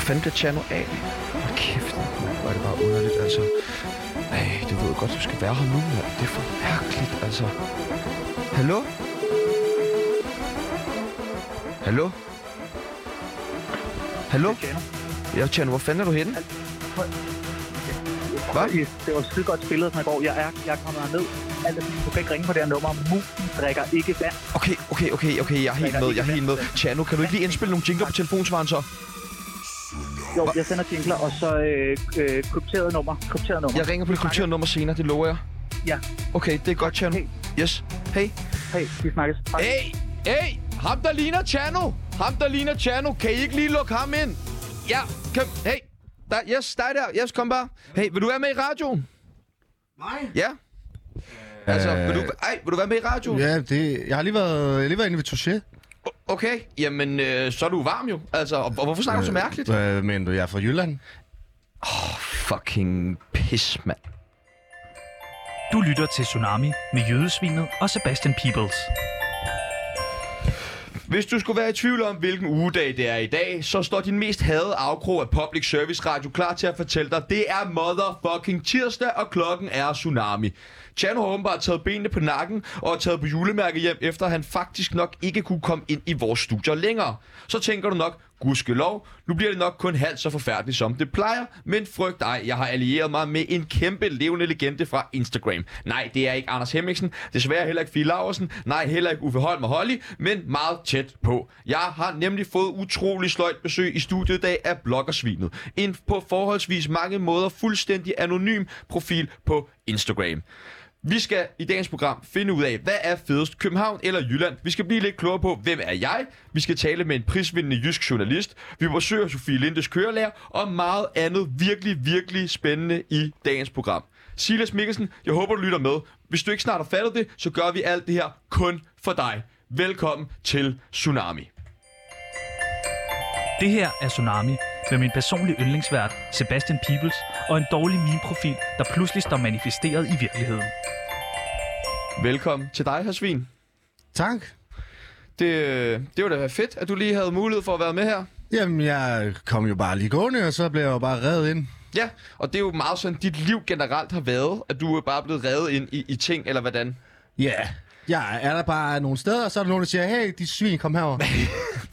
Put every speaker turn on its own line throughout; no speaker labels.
fanden blev Tjerno af? Hvor kæft, mand, hvor er det bare underligt, altså. Ej, du ved godt, du skal være her nu, mand. Det er for mærkeligt, altså. Hallo? Hallo? Hallo? Ja, Tjerno, hvor fanden er du henne? Hvad?
Det var skide godt spillet, som i går. Jeg er, jeg kommer ned. Alt er fint. Du kan ikke ringe på det her nummer. Musen drikker ikke vand.
Okay, okay, okay, okay, jeg er helt med, jeg er helt med. Tjerno, kan du ikke lige indspille nogle jingler på telefonsvaren så?
Jo, jeg sender jingler, og så øh, øh, krypteret nummer. Krypteret nummer.
Jeg ringer på det krypterede nummer senere, det lover jeg.
Ja.
Okay, det er godt, Tjerno. Yes. Hey.
Hej, vi snakkes. Hej.
Hey, hey, ham der ligner Chano. Ham der ligner Chano. Kan I ikke lige lukke ham ind? Ja, kom. Hey, der, yes, dig der. Yes, kom bare. Hey, vil du være med i radioen?
Mig?
Ja. Altså, vil du, ej, vil du være med i radioen?
Ja, det, jeg har lige været, jeg har lige været inde ved Touché.
O- Okay, jamen, øh, så er du varm jo. Altså, og, og hvorfor snakker du så mærkeligt?
Øh, men du, jeg er fra Jylland.
Fucking pis, mand.
Du lytter til Tsunami med Jødesvinet og Sebastian Peebles.
Hvis du skulle være i tvivl om, hvilken ugedag det er i dag, så står din mest hadede afkrog af Public Service Radio klar til at fortælle dig, det er motherfucking tirsdag, og klokken er Tsunami. Chan har åbenbart taget benene på nakken og er taget på julemærke hjem, efter han faktisk nok ikke kunne komme ind i vores studier længere. Så tænker du nok, gudskelov, nu bliver det nok kun halvt så forfærdeligt, som det plejer, men frygt ej, jeg har allieret mig med en kæmpe levende legende fra Instagram. Nej, det er ikke Anders Hemmingsen, desværre heller ikke Fie Laursen, nej, heller ikke Uffe Holm og Holly, men meget tæt på. Jeg har nemlig fået utrolig sløjt besøg i studiet i dag af Bloggersvinet. En på forholdsvis mange måder fuldstændig anonym profil på Instagram. Vi skal i dagens program finde ud af, hvad er fedest, København eller Jylland? Vi skal blive lidt klogere på, hvem er jeg? Vi skal tale med en prisvindende jysk journalist. Vi besøger Sofie Lindes kørelærer og meget andet virkelig, virkelig spændende i dagens program. Silas Mikkelsen, jeg håber, du lytter med. Hvis du ikke snart har fattet det, så gør vi alt det her kun for dig. Velkommen til Tsunami.
Det her er Tsunami med min personlige yndlingsvært, Sebastian Peebles, og en dårlig meme-profil, der pludselig står manifesteret i virkeligheden.
Velkommen til dig, her svin.
Tak.
Det, øh, det var da fedt, at du lige havde mulighed for at være med her.
Jamen, jeg kom jo bare lige gående, og så blev jeg jo bare reddet ind.
Ja, og det er jo meget sådan, dit liv generelt har været, at du er bare blevet revet ind i, i ting, eller hvordan?
Ja. Yeah. Jeg er der bare nogle steder, og så er der nogen, der siger, hey, de svin, kom herover.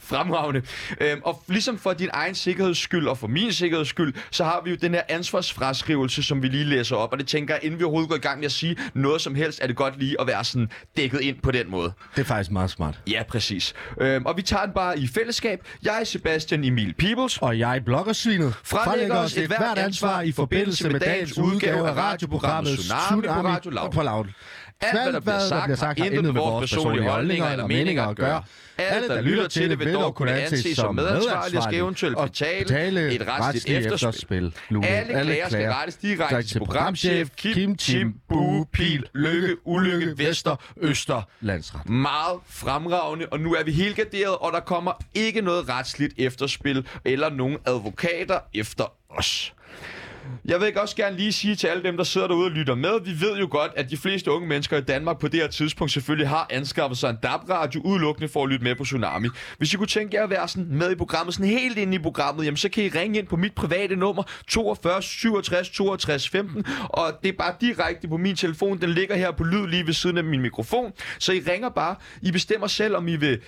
Fremragende. Øhm, og ligesom for din egen sikkerheds skyld, og for min sikkerheds skyld, så har vi jo den her ansvarsfraskrivelse, som vi lige læser op. Og det tænker jeg, inden vi overhovedet går i gang med at sige noget som helst, er det godt lige at være sådan dækket ind på den måde.
Det er faktisk meget smart.
Ja, præcis. Øhm, og vi tager den bare i fællesskab. Jeg er Sebastian Emil Peebles.
Og jeg blogger svinet.
Fralægger os et hvert ansvar i forbindelse med dagens udgave af radioprogrammet Tsunami på Radio Loud.
på Loud.
Alt, hvad der bliver sagt, har intet med vores personlige holdninger eller meninger at gøre. Alle, der lytter til det, vil dog kunne anses som medansvarlige og skal eventuelt
og
betale et retsligt efterspil.
Lune.
Alle klager skal rettes direkte til programchef Kim Tim Bue Pil Lykke Ulykke Vester Øster.
Landsret.
Meget fremragende, og nu er vi helgarderet, og der kommer ikke noget retsligt efterspil eller nogen advokater efter os. Jeg vil ikke også gerne lige sige til alle dem, der sidder derude og lytter med, vi ved jo godt, at de fleste unge mennesker i Danmark på det her tidspunkt selvfølgelig har anskaffet sig en DAB-radio udelukkende for at lytte med på Tsunami. Hvis I kunne tænke jer at være sådan med i programmet, sådan helt inde i programmet, jamen så kan I ringe ind på mit private nummer 42 67 62 15, og det er bare direkte på min telefon. Den ligger her på lyd lige ved siden af min mikrofon, så I ringer bare. I bestemmer selv, om I vil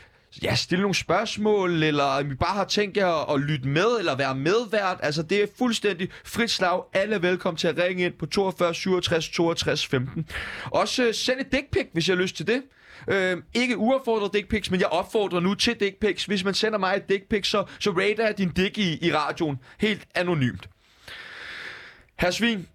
ja, stille nogle spørgsmål, eller om I bare har tænkt jer at lytte med, eller være medvært. Altså, det er fuldstændig frit slag. Alle er velkommen til at ringe ind på 42 67 62 15. Også øh, send et dick pic, hvis jeg har lyst til det. Øh, ikke uaffordret dick pics, men jeg opfordrer nu til dick pics. Hvis man sender mig et dick pic, så, så rater jeg din dick i, i radioen. Helt anonymt. Herr Svin,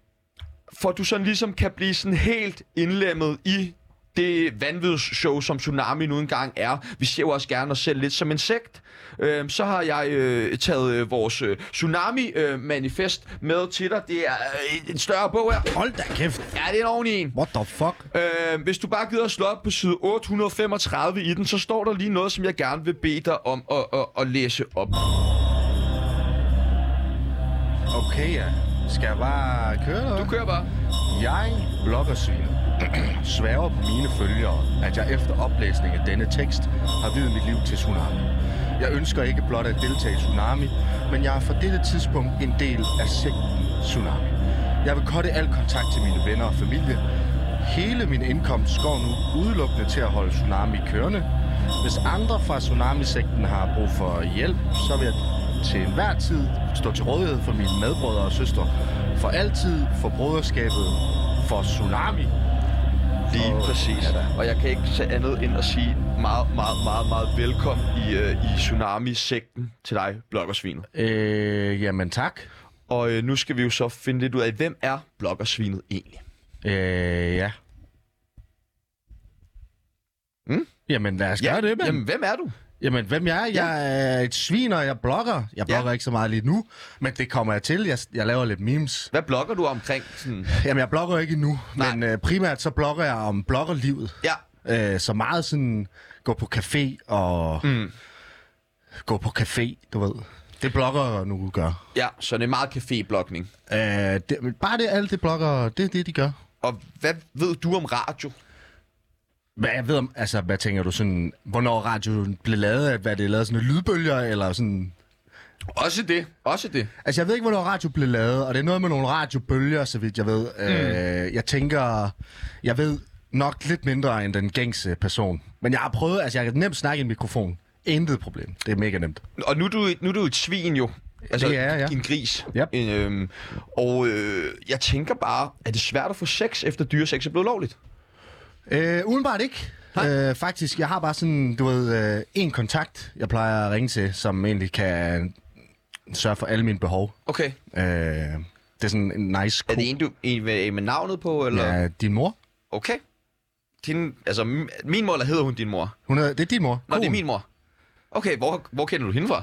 for at du sådan ligesom kan blive sådan helt indlemmet i det vanvidsshow, som Tsunami nu engang er. Vi ser jo også gerne os selv lidt som en sekt. Øhm, så har jeg øh, taget øh, vores øh, Tsunami-manifest med til dig. Det er øh, en- en større bog her.
Hold da kæft.
Ja, det er en ordentlig en.
What the fuck?
Øh, hvis du bare gider at slå op på side 835 i den, så står der lige noget, som jeg gerne vil bede dig om at, at, at læse op.
Okay, ja. Skal jeg bare køre, eller
Du
hvad?
kører bare.
Jeg, bloggersvinet, sværger på mine følgere, at jeg efter oplæsning af denne tekst har videt mit liv til tsunami.
Jeg ønsker ikke blot at deltage i Tsunami, men jeg er fra dette tidspunkt en del af sekten Tsunami. Jeg vil kotte al kontakt til mine venner og familie. Hele min indkomst går nu udelukkende til at holde Tsunami kørende. Hvis andre fra Tsunami-sekten har brug for hjælp, så vil jeg til enhver tid stå til rådighed for mine medbrødre og søstre. For altid for broderskabet for Tsunami.
Lige
Åh,
præcis.
ja da.
Og jeg kan ikke tage andet end at sige meget, meget, meget, meget velkommen i, øh, i Tsunami-sekten til dig, Blokkersvinet.
Øh, jamen tak.
Og øh, nu skal vi jo så finde lidt ud af, hvem er Blokkersvinet egentlig?
Øh, ja.
Mm?
Hmm? Jamen lad os gøre det, mand.
Jamen, hvem er du?
Jamen, hvem jeg er? Jeg er et svin, og jeg blogger. Jeg blogger
Ja.
ikke så meget lige nu, men det kommer jeg til. Jeg, jeg laver lidt memes.
Hvad blogger du omkring? Sådan,
Jamen, jeg blogger ikke endnu,
Nej.
men øh, primært så blogger jeg om bloggerlivet.
ja,
Øh, så meget sådan gå på café og...
Mm.
Gå på café, du ved. Det blogger nu gør.
ja, så det er meget café-blogning.
Øh, det, men bare det, alt det blogger, det er det, de gør.
Og hvad ved du om radio?
Hvad jeg ved om, altså, hvad tænker du sådan, hvornår radioen blev lavet? Hvad det er lavet sådan nogle lydbølger, eller sådan...
Også det, også det.
Altså, jeg ved ikke, hvornår radio blev lavet, og det er noget med nogle radiobølger, så vidt jeg ved. Mm. Øh, jeg tænker, jeg ved nok lidt mindre end den gængse person. Men jeg har prøvet, altså, jeg kan nemt snakke i en mikrofon. Intet problem. Det er mega nemt.
Og nu er du, et- nu er du et svin jo. Altså,
Det er jeg, ja.
en gris.
Yep.
En, øhm, og øh, jeg tænker bare, er det svært at få sex, efter dyresex er blevet lovligt?
Øh, udenbart ikke. Øh, faktisk, jeg har bare sådan, du ved, øh, en kontakt, jeg plejer at ringe til, som egentlig kan sørge for alle mine behov.
Okay.
Øh, det er sådan en nice
Er
ko.
det en, du, en med, med navnet på, eller?
Ja, din mor.
Okay. Din, altså, m- min mor, eller hedder hun din mor?
Hun er, det er din mor.
Nå, det er
Koen.
min mor. Okay, hvor, hvor kender du hende fra?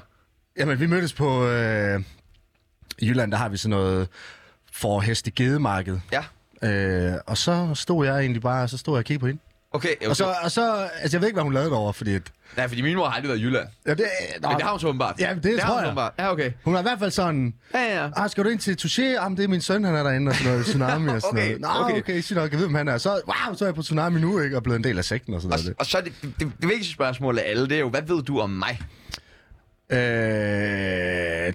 Jamen, vi mødtes på... Øh, I Jylland, der har vi sådan noget for heste gedemarked.
Ja.
Øh, og så stod jeg egentlig bare, og så stod jeg og kiggede på hende.
Okay, jeg
Og så, og så, altså jeg ved ikke, hvad hun lavede derovre, fordi... At,
Nej, fordi min mor har aldrig været i Jylland.
ja, det, nå,
Men det har hun så åbenbart.
Jamen, det
har
tror
hun
jeg.
åbenbart. Ja, okay.
hun var i hvert fald sådan,
Ja, ja, ja.
ah, skal du ind til Touché? Jamen, det er min søn, han er derinde, og sådan noget, tsunami og sådan
Okay,
noget. Nå,
okay.
okay, okay sygt nok, jeg ved, hvem han er. Så, wow, så er jeg på tsunami nu, ikke? Og blevet en del af sekten og sådan
Og,
noget.
og så er det, det, det, det vigtigste spørgsmål af alle, det er jo, hvad ved du om mig?
Øh,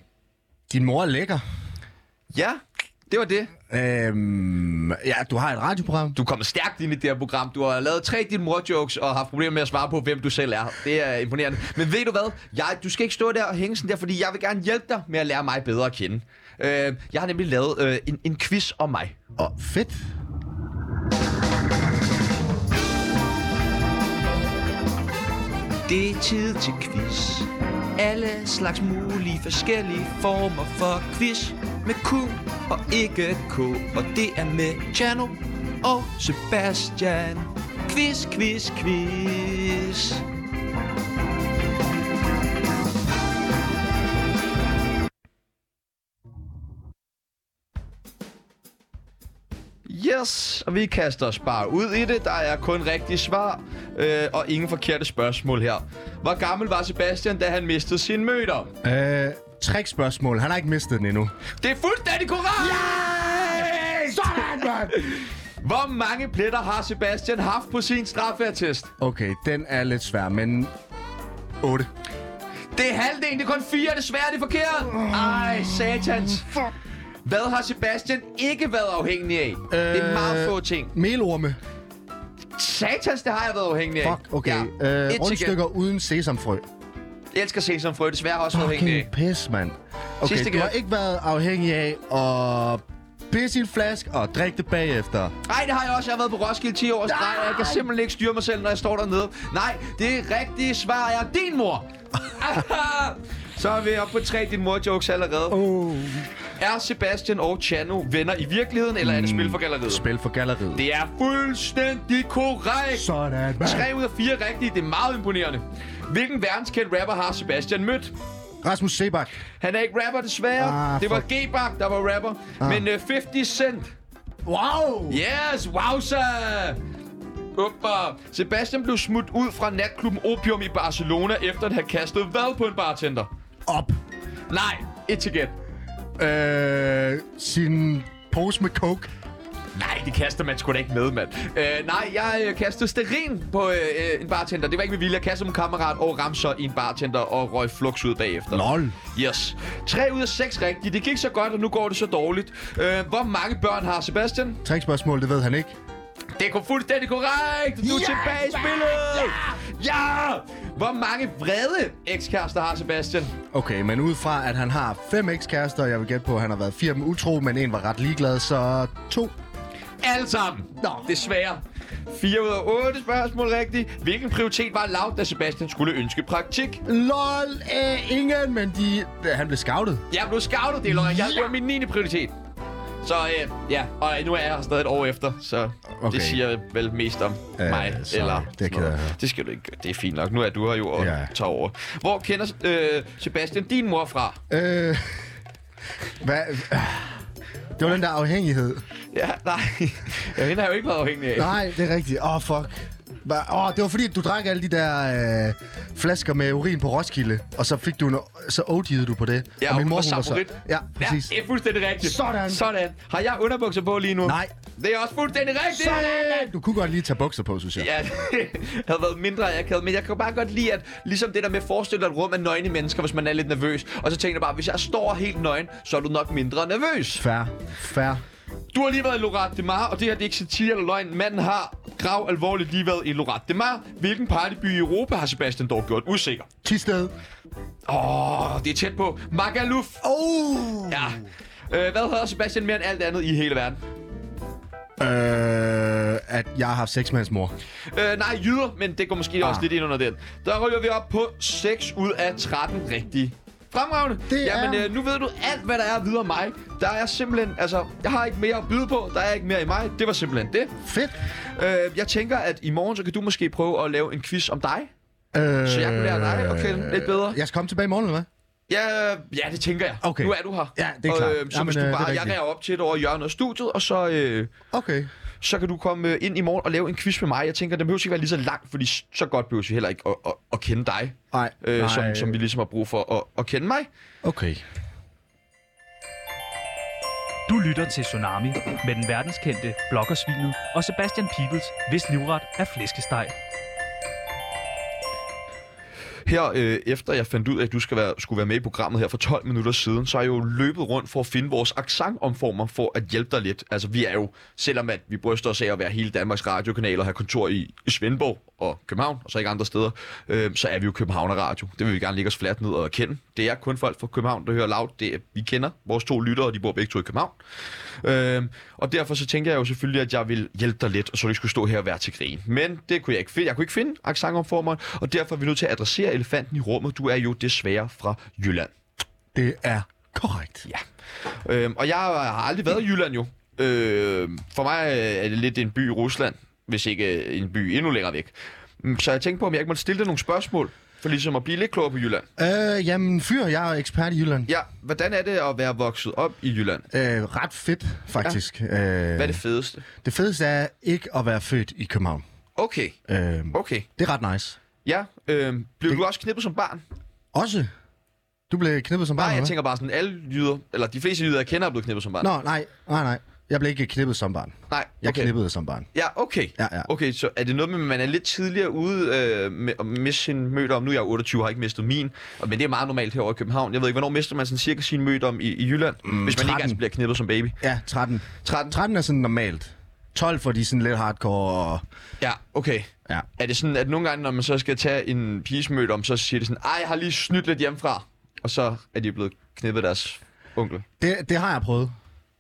din mor er lækker.
Ja, det var det.
Øhm, ja, du har et radioprogram.
Du kommer stærkt ind i det her program. Du har lavet tre din mor jokes og har haft problemer med at svare på, hvem du selv er. Det er imponerende. Men ved du hvad? Jeg, du skal ikke stå der og hænge sådan der, fordi jeg vil gerne hjælpe dig med at lære mig bedre at kende. Øh, jeg har nemlig lavet øh, en, en quiz om mig.
Og fedt.
Det er tid til quiz. Alle slags mulige forskellige former for quiz. Med Q og ikke K. Og det er med Chano og Sebastian. Quiz, quiz, quiz. Yes, og vi kaster os bare ud i det. Der er kun rigtige svar øh, og ingen forkerte spørgsmål her. Hvor gammel var Sebastian, da han mistede sin møder?
Øh, tre spørgsmål. Han har ikke mistet den endnu.
Det er fuldstændig korrekt! Ja! Sådan,
mand!
Hvor mange pletter har Sebastian haft på sin straffeattest?
Okay, den er lidt svær, men... 8.
Det er halvdelen, det er kun fire, desværre det er forkert. Ej, satans. Hvad har Sebastian ikke været afhængig af? Det
Øh,
er meget få ting.
Melorme.
Satans, det har jeg været afhængig af.
Fuck, okay.
Ja.
Øh,
Et til
rundstykker uden sesamfrø.
gæld. Jeg elsker sesamfrø, desværre har jeg også været afhængig af.
Fucking pis, mand. Okay,
Sidste
du har
gæld.
ikke været afhængig af at pisse i en flaske og drikke det bagefter.
Nej, det har jeg også. Jeg har været på Roskilde 10 år streg, og jeg kan simpelthen ikke styre mig selv, når jeg står dernede. Nej, det rigtige svar er din mor. Så er vi oppe på tre din mor jokes allerede. Oh. Er Sebastian og Chano venner i virkeligheden, eller
Mm.
er det spil for galleriet?
Spil for galleriet.
Det er fuldstændig korrekt.
Sådan, mand.
3 ud af 4 rigtige. Det er meget imponerende. Hvilken verdenskendt rapper har Sebastian mødt?
Rasmus Sebak.
Han er ikke rapper, desværre.
Ah,
det var
fuck. Ah.
G-Bak, der var rapper. Men øh, 50 Cent
Wow!
Yes, wowza! Uppa. Sebastian blev smudt ud fra natklubben Opium i Barcelona, efter at have kastet hvad på en bartender?
Op.
Nej, et til gæt.
Øh, sin pose med coke.
Nej, det kaster man sgu da ikke med, mand. Øh, nej, jeg øh, kastede sterin på øh, øh, en bartender. Det var ikke med vilje. Jeg kastede en kammerat og ramte så i en bartender og røg flux ud bagefter.
Lol.
Yes. 3 ud af 6 rigtige. Det gik så godt, og nu går det så dårligt. Øh, hvor mange børn har Sebastian?
Trækspørgsmål, det ved han ikke.
Det er fuldstændig korrekt! Du er tilbage i spillet! Ja! ja! Hvor mange vrede ekskærester har Sebastian?
Okay, men ud fra, at han har fem ekskærester, og jeg vil gætte på, at han har været fire med utro, men en var ret ligeglad, så to.
Alle sammen! Nå, desværre. 4 ud af 8 spørgsmål rigtigt. Hvilken prioritet var lavt, da Sebastian skulle ønske praktik?
LOL, øh, ingen, men de... Han blev scoutet.
Jeg blev scoutet, det er løgn. Jeg det var min 9. prioritet. Så øh, ja, og nu er jeg her stadig et år efter, så okay.
Okay.
det siger vel mest om øh,
Øh,
mig.
sorry,
eller
det
sådan
kan
noget.
jeg høre.
det skal du ikke gøre. Det er fint nok. Nu er du her jo og
Ja.
tager over. Hvor kender øh, Sebastian din mor fra?
Øh, hvad... Det var den der afhængighed.
Ja, nej. Ja, hende har jeg jo ikke været afhængig af.
Nej, det er rigtigt. Åh, oh, fuck. Hva- Åh, oh, det var fordi, at du drak alle de der øh, flasker med urin på Roskilde, og så fik du en, så OD'ede du på det.
Ja,
og
hun var
så...
samurit.
Ja,
Ja,
præcis.
det er fuldstændig rigtigt.
Sådan.
Sådan. Har jeg underbukser på lige nu?
Nej.
Det er også fuldstændig rigtigt.
Sådan! Du kunne godt lige tage bukser på, synes jeg.
Ja, det havde været mindre akavet, men jeg kan bare godt lide, at ligesom det der med at forestille dig et rum af nøgne mennesker, hvis man er lidt nervøs. Og så tænker jeg bare, hvis jeg står helt nøgen, så er du nok mindre nervøs.
Fair. Fair.
Du har lige været i Lorat de Mar, og det her det er ikke satire eller løgn. Manden har grav alvorligt lige været i Lorat de Mar. Hvilken partyby i Europa har Sebastian dog gjort usikker?
Tisted.
Åh, oh, det er tæt på. Magaluf.
Oh!
Ja. Øh, hvad hedder Sebastian mere end alt andet i hele verden?
Øh, at jeg har haft sex med hans mor.
Øh, nej, jyder, men det går måske ah. også lidt ind under den. Der ryger vi op på 6 ud af 13 rigtige. Fremragende.
Det er-
Jamen, øh, nu ved du alt, hvad der er videre mig. Der er simpelthen, altså, jeg har ikke mere at byde på. Der er ikke mere i mig. Det var simpelthen det.
Fedt.
Øh, jeg tænker, at i morgen, så kan du måske prøve at lave en quiz om dig.
Øh,
Så jeg kunne lære dig at kende lidt bedre.
Jeg skal komme tilbage i morgen, eller hvad?
Ja, øh, ja det tænker jeg.
Okay.
Nu er du her.
Ja, det er
og,
klart.
Øh, så
Jamen,
hvis du
øh, det er
bare, jeg
rigtigt.
ringer op til dig over i hjørnet af studiet, og så... Øh,
Okay.
så kan du komme øh, ind i morgen og lave en quiz med mig. Jeg tænker, den behøver ikke være lige så lang, fordi s- så godt behøver vi heller ikke at, at, at kende dig,
Nej.
øh, som,
Nej.
som vi ligesom har brug for at, at kende mig.
Okay.
Du lytter til Tsunami med den verdenskendte bloggersvinet og Sebastian Peebles, hvis livret er flæskesteg.
Her øh, efter jeg fandt ud af, at du skal være, skulle være med i programmet her for 12 minutter siden, så er jeg jo løbet rundt for at finde vores accentomformer for at hjælpe dig lidt. Altså vi er jo, selvom at vi bryster os af at være hele Danmarks radiokanal og have kontor i, i Svendborg og København, og så ikke andre steder, øh, så er vi jo Københavner Radio. Det vil vi gerne lægge os fladt ned og erkende. Det er kun folk fra København, der hører loud. Det er, vi kender vores to lyttere, og de bor begge to i København. Øh, og derfor så tænker jeg jo selvfølgelig, at jeg vil hjælpe dig lidt, og så du ikke skulle stå her og være til grin. Men det kunne jeg ikke finde. Jeg kunne ikke finde accentformeren, og derfor er vi nødt til at adressere elefanten i rummet. Du er jo desværre fra Jylland.
Det er korrekt.
Ja. Øhm, og jeg har aldrig været i Jylland jo. Øhm, for mig øh, er det lidt en by i Rusland, hvis ikke øh, en by endnu længere væk. Mm, Så jeg tænkte på, om jeg ikke måtte stille dig nogle spørgsmål, for ligesom at blive lidt klogere på Jylland.
Øh, jamen, fyr, jeg er ekspert i Jylland.
Ja, hvordan er det at være vokset op i Jylland?
Øh, ret fedt, faktisk. Ja. Øh,
Hvad er det fedeste?
det fedeste er ikke at være født i København.
Okay,
Øh,
okay.
Det er ret nice.
Ja, øhm, blev du også knippet som barn?
Også, du blev knippet som barn,
Nej, jeg
eller
tænker bare sådan, alle jyder, eller de fleste jyder, jeg kender, er blevet knippet som barn.
hvad? Nå, nej, nej, nej. Jeg blev ikke knippet som barn.
Nej,
Jeg
okay.
okay. knippede som barn.
Ja, okay.
Ja, ja.
Okay, så er det noget med, at man er lidt tidligere ude øh, med at miste sin mødom. Nu er jeg 28 og har ikke mistet min, og- men det er meget normalt herovre i København. Jeg ved ikke, hvornår mister man sådan cirka sin mødom i, i Jylland, mm, hvis man 13. ikke
13.
altså bliver knippet som baby.
Ja, 13.
13?
13 er sådan normalt. 12 for de er sådan lidt hardcore. og-
Ja, okay.
Ja.
Er det sådan, at nogle gange, når man så skal tage en piges mødom, så siger det sådan, ej, jeg har lige snydt lidt hjemmefra, og så er de blevet knippet af deres onkel.
Det, det har jeg prøvet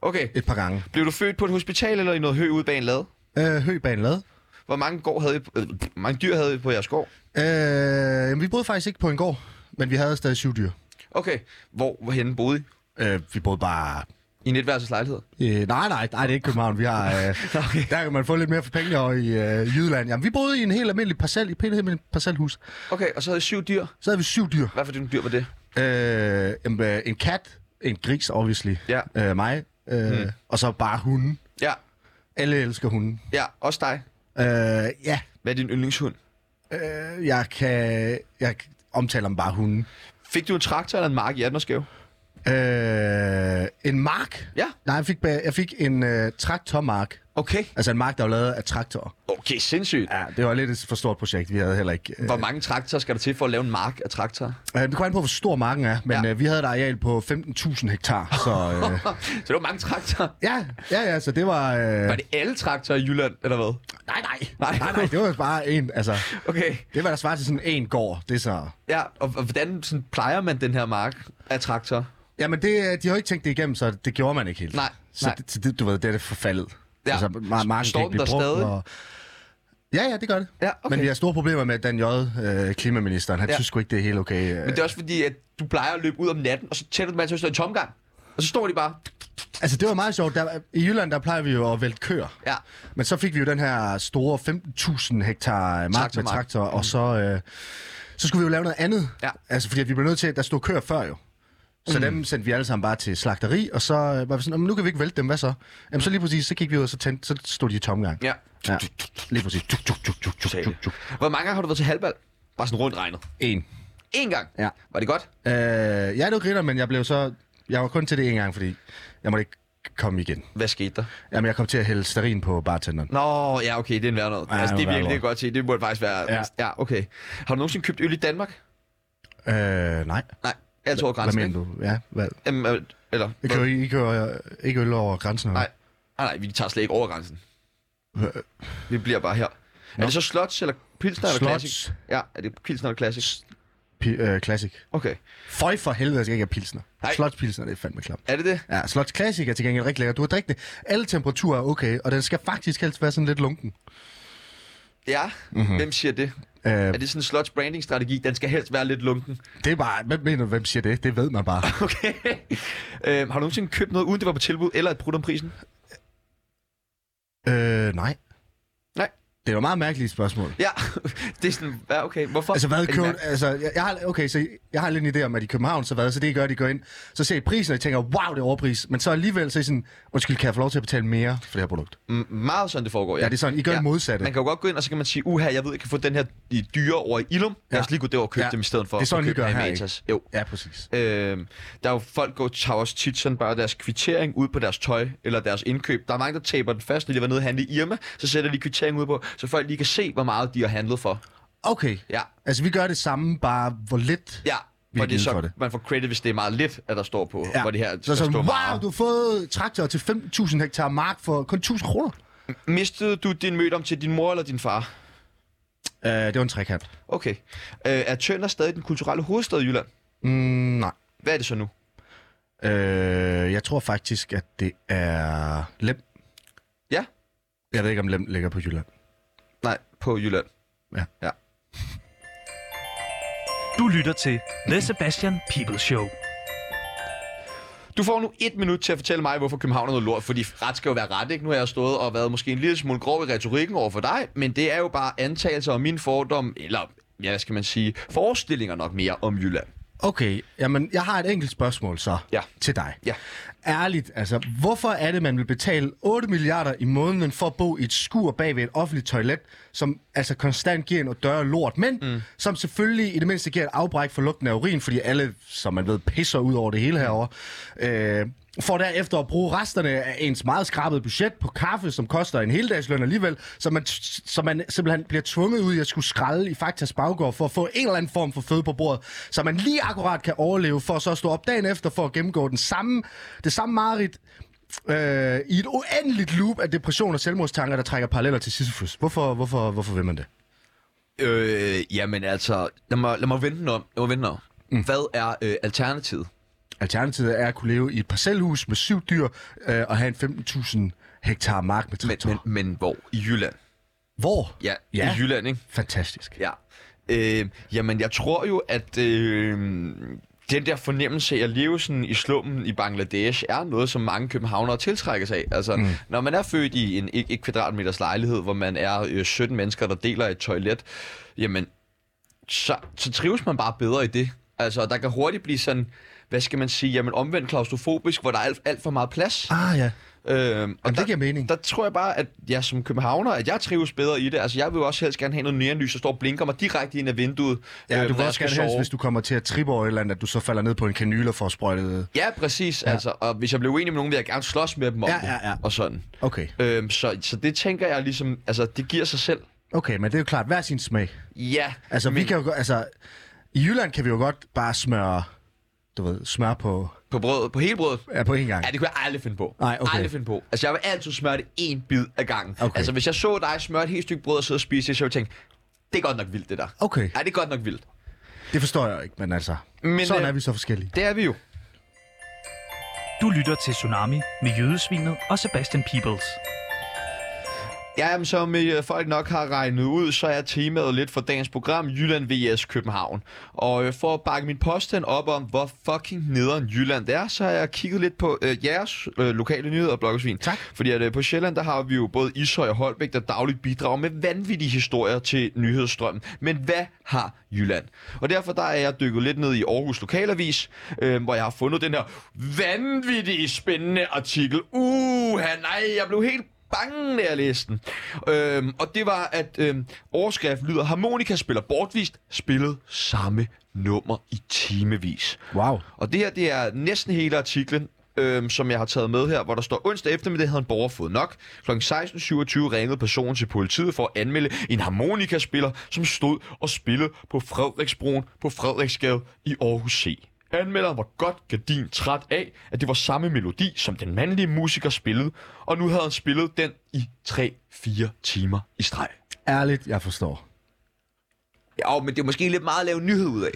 Okay.
et par gange.
Blev du født på et hospital eller i noget hø ude bag en lade?
Øh, Høgbanen lad.
Hvor mange, gård havde I, øh, hvor mange dyr havde I på jeres gård?
Øh, jamen, vi boede faktisk ikke på en gård, men vi havde stadig syv dyr.
Okay. Hvor, hvorhenne boede I?
Øh, vi boede bare...
I netværelseslejlighed?
Øh, nej, nej, nej, det er ikke København. Vi har, øh, okay. Der kan man få lidt mere for pengene over i øh, Jylland. Jamen, vi boede i en helt almindelig parcel, i et helt almindeligt parcelhus.
Okay, og så havde I syv dyr.
Så havde vi syv dyr.
Hvad for dine dyr var det?
Øh, en, øh, en kat, en gris, obviously.
Ja.
Øh, mig. Øh, mm. Og så bare hunden.
Ja,
Alle elsker hunden.
ja, også dig.
Øh, ja,
Hvad er din yndlingshund?
øh, jeg kan... Jeg omtaler dem bare hunden.
Fik du en traktor eller en mark i Atmersgave?
Øh, en mark?
Ja.
Nej, jeg fik, ba- jeg fik en øh, traktormark.
Okay.
Altså en mark, der var lavet af traktorer.
Okay, sindssygt.
Ja, det var lidt et for stort projekt. Vi havde heller ikke... øh,
Hvor mange traktorer skal der til for at lave en mark af traktorer?
Øh, det kommer an på, hvor stor marken er, men
Ja.
ja. øh, vi havde et areal på 15.000 hektar, så... Øh,
Så det var mange traktorer.
ja, ja, ja, så det var... Øh,
Var det alle traktorer i Jylland, eller hvad?
Nej, nej,
Nej.
nej, nej, nej, det var bare en, altså...
Okay.
Det var der svarer til sådan en gård, det er så...
Ja, og, og hvordan sådan, plejer man den her mark af traktorer?
Jamen, det, øh, de har jo ikke tænkt det igennem, så det gjorde man ikke helt.
Nej,
Så,
nej.
Det, så det, du ved, det er det forfaldet.
Ja.
Altså, ma- marken
Står
kan ikke
den
blive
der
brugt,
stadig?
og... Ja, ja, det gør det.
Ja, okay.
Men vi har store problemer med Dan J., øh, klimaministeren. Han
Ja.
ja. synes sgu ikke, det er helt okay. Øh.
Men det er også fordi, at du plejer at løbe ud om natten, og så tænder du dem altid, hvis der er en tomgang. Og så står de bare.
Altså, det var meget sjovt. Der, I Jylland, der plejer vi jo at vælte køer.
Ja.
Men så fik vi jo den her store 15.000 hektar mark med
Traktormark. Mm.
traktor, og så, øh, så skulle vi jo lave noget andet.
Ja.
Altså, fordi at vi blev nødt til, at der stod køer før jo. Så mm. dem sendte vi alle sammen bare til slagteri, og så øh, var vi sådan, "Nå, men nu kan vi ikke vælte dem, hvad så? Jamen så lige præcis, så gik vi ud, og så, tændte, så stod de i tomgang.
Ja.
ja. Lige præcis. Tuk, tuk, tuk, tuk, tuk, tuk, tuk.
Hvor mange gange har du været til halvbal? Bare sådan rundt regnet.
En.
En gang.
Ja.
Var det godt?
Øh, jeg er jo griner, men jeg blev så... Jeg var kun til det en gang, fordi jeg måtte ikke komme igen.
Hvad skete der?
Jamen, jeg kom til at hælde sterin på bartenderen.
Nå, ja, okay, det er en værre noget. Ja,
Ja,
altså, det
det
er
er en værre
virkelig, det
lort.
er godt se. Det burde faktisk være... Ja.
Ja.
ja, okay. Har du nogensinde købt øl i Danmark?
Øh, nej.
Nej, alt over
Hvad
grænsen,
mener du? Ja, hvad?
ikke? Jamen, øh, eller...
I kører, I kører øh, ikke øl over grænsen?
Nej. Ah, Nej, nej, vi tager slet ikke over grænsen. Vi bliver bare her. Er det så slots eller pilsner eller
Slots.
classic? Ja, er det pilsner eller classic?
P- øh, classic.
Okay.
Føj for helvede, jeg skal ikke have pilsner.
Nej.
Slotspilsner, det er fandme klart.
Er det det?
Ja, Slots Classic er til gengæld rigtig lækker. Du har drikkende. Alle temperaturer er okay, og den skal faktisk helst være sådan lidt lunken.
Ja.
Mhm.
Mm-hmm. Hvem siger det?
Øh,
Er det sådan en slots branding strategi? Den skal helst være lidt lunken.
det er bare... Hvem mener, hvem siger det? Det ved man bare.
Okay. øhm, har du nogensinde købt noget, uden det var på tilbud, eller et brud om prisen?
øh, nej.
Nej.
Det er jo meget mærkeligt spørgsmål.
Ja, det er sådan, ja, okay, hvorfor?
Altså,
Er
hvad
det
køber,
mærkeligt?
altså, jeg, jeg, har, okay, så jeg har lidt en idé om, at i København, så hvad, så det I gør, de går ind, så ser I prisen, og I tænker, wow, det er overpris, men så alligevel, så er I sådan, undskyld, kan jeg få lov til at betale mere for det her produkt?
M- meget sådan, det foregår, ja.
Ja, det er sådan, I gør
Ja.
ja. det modsatte.
Man kan jo godt gå ind, og så kan man sige, uha, jeg ved, jeg kan få den her i dyre over i Ilum. Ja. Lad os lige gå derover og købe ja.
Ja.
dem i stedet for
Det er sådan,
at
vi
købe
gør
dem i
her, ikke?
Matas. Jo.
Ja, præcis.
Øhm, der er jo folk, der tager også tit sådan bare deres kvittering ud på deres tøj eller deres indkøb. Der er mange, der taber den fast, når de har været nede og handle i Irma, så sætter de kvitteringen ud på, så folk lige kan se, hvor meget de har handlet for.
Okay.
Ja,
Altså, vi gør det samme, bare hvor lidt...
ja.
Vi
Hvor
er
det er
glade
så,
for det.
man får credit, hvis det er meget lidt, at der står på, ja.
Ja.
hvor det her
så,
der
så,
står
wow,
meget.
du har fået traktor til 5.000 hektar mark for kun 1.000 kroner.
Mistede du din mødom til din mor eller din far?
Uh, det var en trekant.
Okay. Øh, er Tønder stadig den kulturelle hovedstad i Jylland?
Mm, nej.
Hvad er det så nu?
Uh, jeg tror faktisk, at det er Lem.
Ja?
Jeg ved ikke, om Lem ligger på Jylland.
Nej, på Jylland.
Ja.
ja.
Du lytter til The Sebastian People Show.
Du får nu et minut til at fortælle mig, hvorfor København er noget lort, fordi ret skal jo være ret, ikke? Nu har jeg stået og været måske en lille smule grov i retorikken over for dig, men det er jo bare antagelser om min fordom, eller ja, hvad skal man sige, forestillinger nok mere om Jylland.
Okay, jamen, jeg har et enkelt spørgsmål så
Ja.
til dig.
Ja.
Ærligt, altså, hvorfor er det, man vil betale 8 milliarder i måneden for at bo i et skur bag ved et offentligt toilet, som altså konstant giver en dør lort, men mm. som selvfølgelig i det mindste giver et afbræk for lugten af urin, fordi alle, som man ved, pisser ud over det hele herover. Øh, for derefter at bruge resterne af ens meget skrabede budget på kaffe, som koster en heldagsløn alligevel, så man, så man simpelthen bliver tvunget ud i at skulle skralde i Faktas baggård for at få en eller anden form for føde på bordet, så man lige akkurat kan overleve for så at stå op dagen efter for at gennemgå den samme, det samme mareridt øh, i et uendeligt loop af depression og selvmordstanker, der trækker paralleller til Sisyphus. Hvorfor, hvorfor, hvorfor vil man det?
Øh, jamen altså, lad mig, lad mig vente den om. Lad mig vente den om. Mm. Hvad er øh, alternativet?
Alternativet er at kunne leve i et parcelhus med syv dyr øh, og have en 15.000 hektar mark med
Men,
traktor.
men, men hvor? I Jylland?
Hvor?
Ja,
Ja.
ja. i Jylland, ikke?
Fantastisk.
Ja. Øh, jamen, jeg tror jo, at øh, den der fornemmelse af at leve sådan i slummen i Bangladesh er noget, som mange københavnere tiltrækker sig af. Altså, mm. når man er født i en ikke, ikke kvadratmeters lejlighed, hvor man er øh, 17 mennesker, der deler et toilet, jamen, så, så trives man bare bedre i det. Altså, der kan hurtigt blive sådan... hvad skal man sige, jamen omvendt klaustrofobisk, hvor der er alt, alt for meget plads.
Ah ja,
Øhm, og
Jamen,
der,
det giver mening.
der tror jeg bare, at jeg som københavner, at jeg trives bedre i det. Altså, jeg vil jo også helst gerne have noget neonlys, der står og blinker mig direkte ind ad vinduet.
Ja,
øh,
du
når
vil
jeg
også
skal
gerne helst,
sove.
hvis du kommer til at trippe over et eller andet, at du så falder ned på en kanyle og får sprøjtet.
Ja, præcis. Ja. Altså, og hvis jeg bliver uenig med nogen, vil jeg gerne slås med dem om
Ja,
det,
ja, ja.
Og sådan.
Okay,
Øhm, så, så det tænker jeg ligesom, altså det giver sig selv.
okay, men det er jo klart, hver sin smag.
Ja,
Altså, men... vi
men
kan jo, go- altså, i Jylland kan vi jo godt bare smøre, du ved, smør på,
på brødet, på hele brødet,
ja, på én gang.
Ja, det kunne jeg aldrig finde på.
Nej, okay.
Aldrig finde på. Altså, jeg vil altid smøre det en bid ad gangen.
Okay.
Altså, hvis jeg så dig smøre et helt stykke brød og sidde og spise det, så ville jeg tænke, det er godt nok vildt, det der.
Okay,
Ja, det er godt nok vildt.
det forstår jeg jo ikke, men altså,
Men,
men, sådan
øh,
er vi så forskellige.
Det er vi jo.
Du lytter til Tsunami med Jødesvinet og Sebastian Peebles.
Ja, men som øh, folk nok har regnet ud, så er temaet lidt for dagens program Jylland vs. København. Og øh, for at bakke min påstand op om, hvor fucking nederen Jylland er, så har jeg kigget lidt på øh, jeres øh, lokale nyheder, Blokkesvin.
Tak.
Fordi at, øh, på Sjælland, der har vi jo både Ishøj og Holbæk, der dagligt bidrager med vanvittige historier til nyhedsstrømmen. Men hvad har Jylland? Og derfor der er jeg dykket lidt ned i Aarhus Lokalavis, øh, hvor jeg har fundet den her vanvittige spændende artikel. Uh, nej, jeg blev helt bange, da jeg læste den. Øhm, og det var, at øhm, overskrift lyder, harmonika spiller bortvist, spillet samme nummer i timevis.
Wow.
Og det her, det er næsten hele artiklen, øhm, som jeg har taget med her, hvor der står, onsdag eftermiddag havde en borger fået nok. Kl. 16.27 ringede personen til politiet for at anmelde en harmonikaspiller, som stod og spillede på Frederiksbroen på Frederiksgade i Aarhus C. Anmelderen var godt gardin træt af, at det var samme melodi, som den mandlige musiker spillede, og nu havde han spillet den i 3-4 timer i streg.
Ærligt, jeg forstår.
Ja, men det er måske lidt meget at lave nyhed ud af.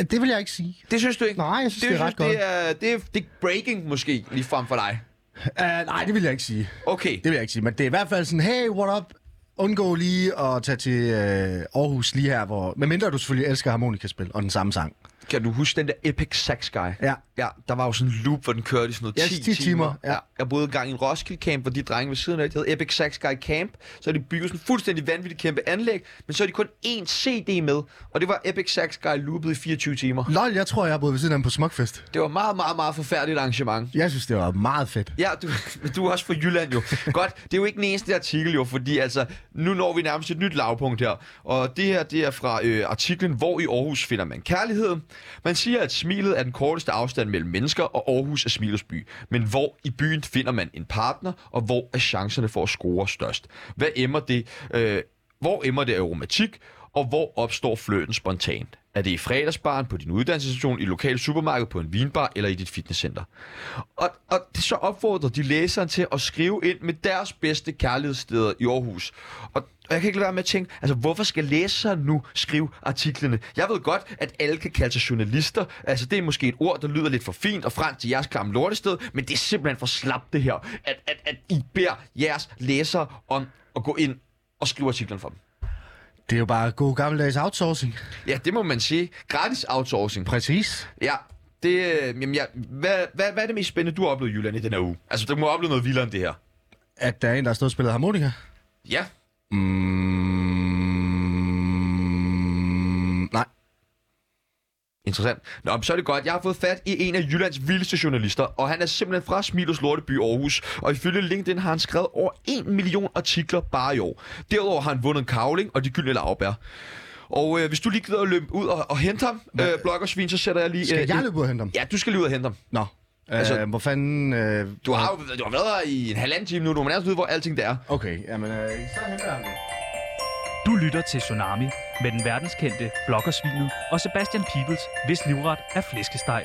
Øh, det vil jeg ikke sige.
Det synes du ikke?
Nej, jeg synes, det, det er ret godt.
det er, det, er, det er breaking måske lige frem for dig.
Uh, nej, det vil jeg ikke sige.
Okay.
Det vil jeg ikke sige, men det er i hvert fald sådan, hey, what up? Undgå lige at tage til øh, Aarhus lige her, hvor... Medmindre du selvfølgelig elsker harmonikaspil og den samme sang.
Kan du huske den der Epic Sax Guy?
Ja.
ja. Der var jo sådan en loop, hvor den kørte i sådan noget
Ja,
10,
10 timer, ja.
Jeg boede engang i en Roskilde Camp, hvor de drenge ved siden af, det hed Epic Sax Guy Camp. Så havde de bygget sådan en fuldstændig vanvittigt kæmpe anlæg, men så er de kun én CD med, og det var Epic Sax Guy loopet i 24 timer.
Lol, jeg tror, jeg har boet ved siden af ham på Smukfest.
Det var meget, meget, meget forfærdeligt arrangement.
Jeg synes, det var meget fedt.
Ja, du, du er også fra Jylland jo. Godt, det er jo ikke den eneste artikel jo, fordi altså, nu når vi nærmest et nyt lavpunkt her. Og det her, det er fra øh, artiklen, hvor i Aarhus finder man kærligheden. Man siger, at smilet er den korteste afstand mellem mennesker, og Aarhus er smilets by. Men hvor i byen finder man en partner, og hvor er chancerne for at score størst? Hvad emmer det? Øh, hvor emmer det af romantik, og hvor opstår fløten spontant? Er det i fredagsbaren, på din uddannelsesstation, i lokal supermarked, på en vinbar eller i dit fitnesscenter? Og, og det så opfordrer de læseren til at skrive ind med deres bedste kærlighedssteder i Aarhus. Og, og jeg kan ikke lade være med at tænke, altså hvorfor skal læseren nu skrive artiklerne? Jeg ved godt, at alle kan kalde sig journalister. Altså det er måske et ord, der lyder lidt for fint og frem til jeres klamme lortested, men det er simpelthen for slapt det her, at, at, at I beder jeres læsere om at gå ind og skrive artiklen for dem.
Det er jo bare god gammeldags outsourcing.
Ja, det må man sige. Gratis outsourcing.
Præcis.
Ja, det, øh, jamen, ja, hvad, hvad, hvad er det mest spændende, du har oplevet i Jylland i den her uge? Altså, du må have oplevet noget vildere end det her.
At der er en, der har stået og spillet harmonika.
Ja.
Mm, nej.
Interessant. Nå, men så er det godt. Jeg har fået fat i en af Jyllands vildeste journalister, og han er simpelthen fra Smilers Lorteby Aarhus. Og ifølge LinkedIn har han skrevet over 1 million artikler bare i år. Derudover har han vundet en kavling og de gyldne lavbær. Og øh, hvis du lige gider at løbe ud og, og hente ham, øh, bloggersvin, så sætter jeg lige...
Skal
øh,
jeg
en-
løbe ud og hente ham?
Ja, du skal lige ud og hente ham.
Nå.
Altså-
Altså, øh, hvor fanden... Øh,
Du har jo du har været her i en halvanden time nu, du må nærmest vide, hvor alting det er.
Okay, jamen, øh, så henter jeg ham. det.
Du lytter til Tsunami med den verdenskendte bloggersvinet og Sebastian Peebles, hvis livret er flæskesteg.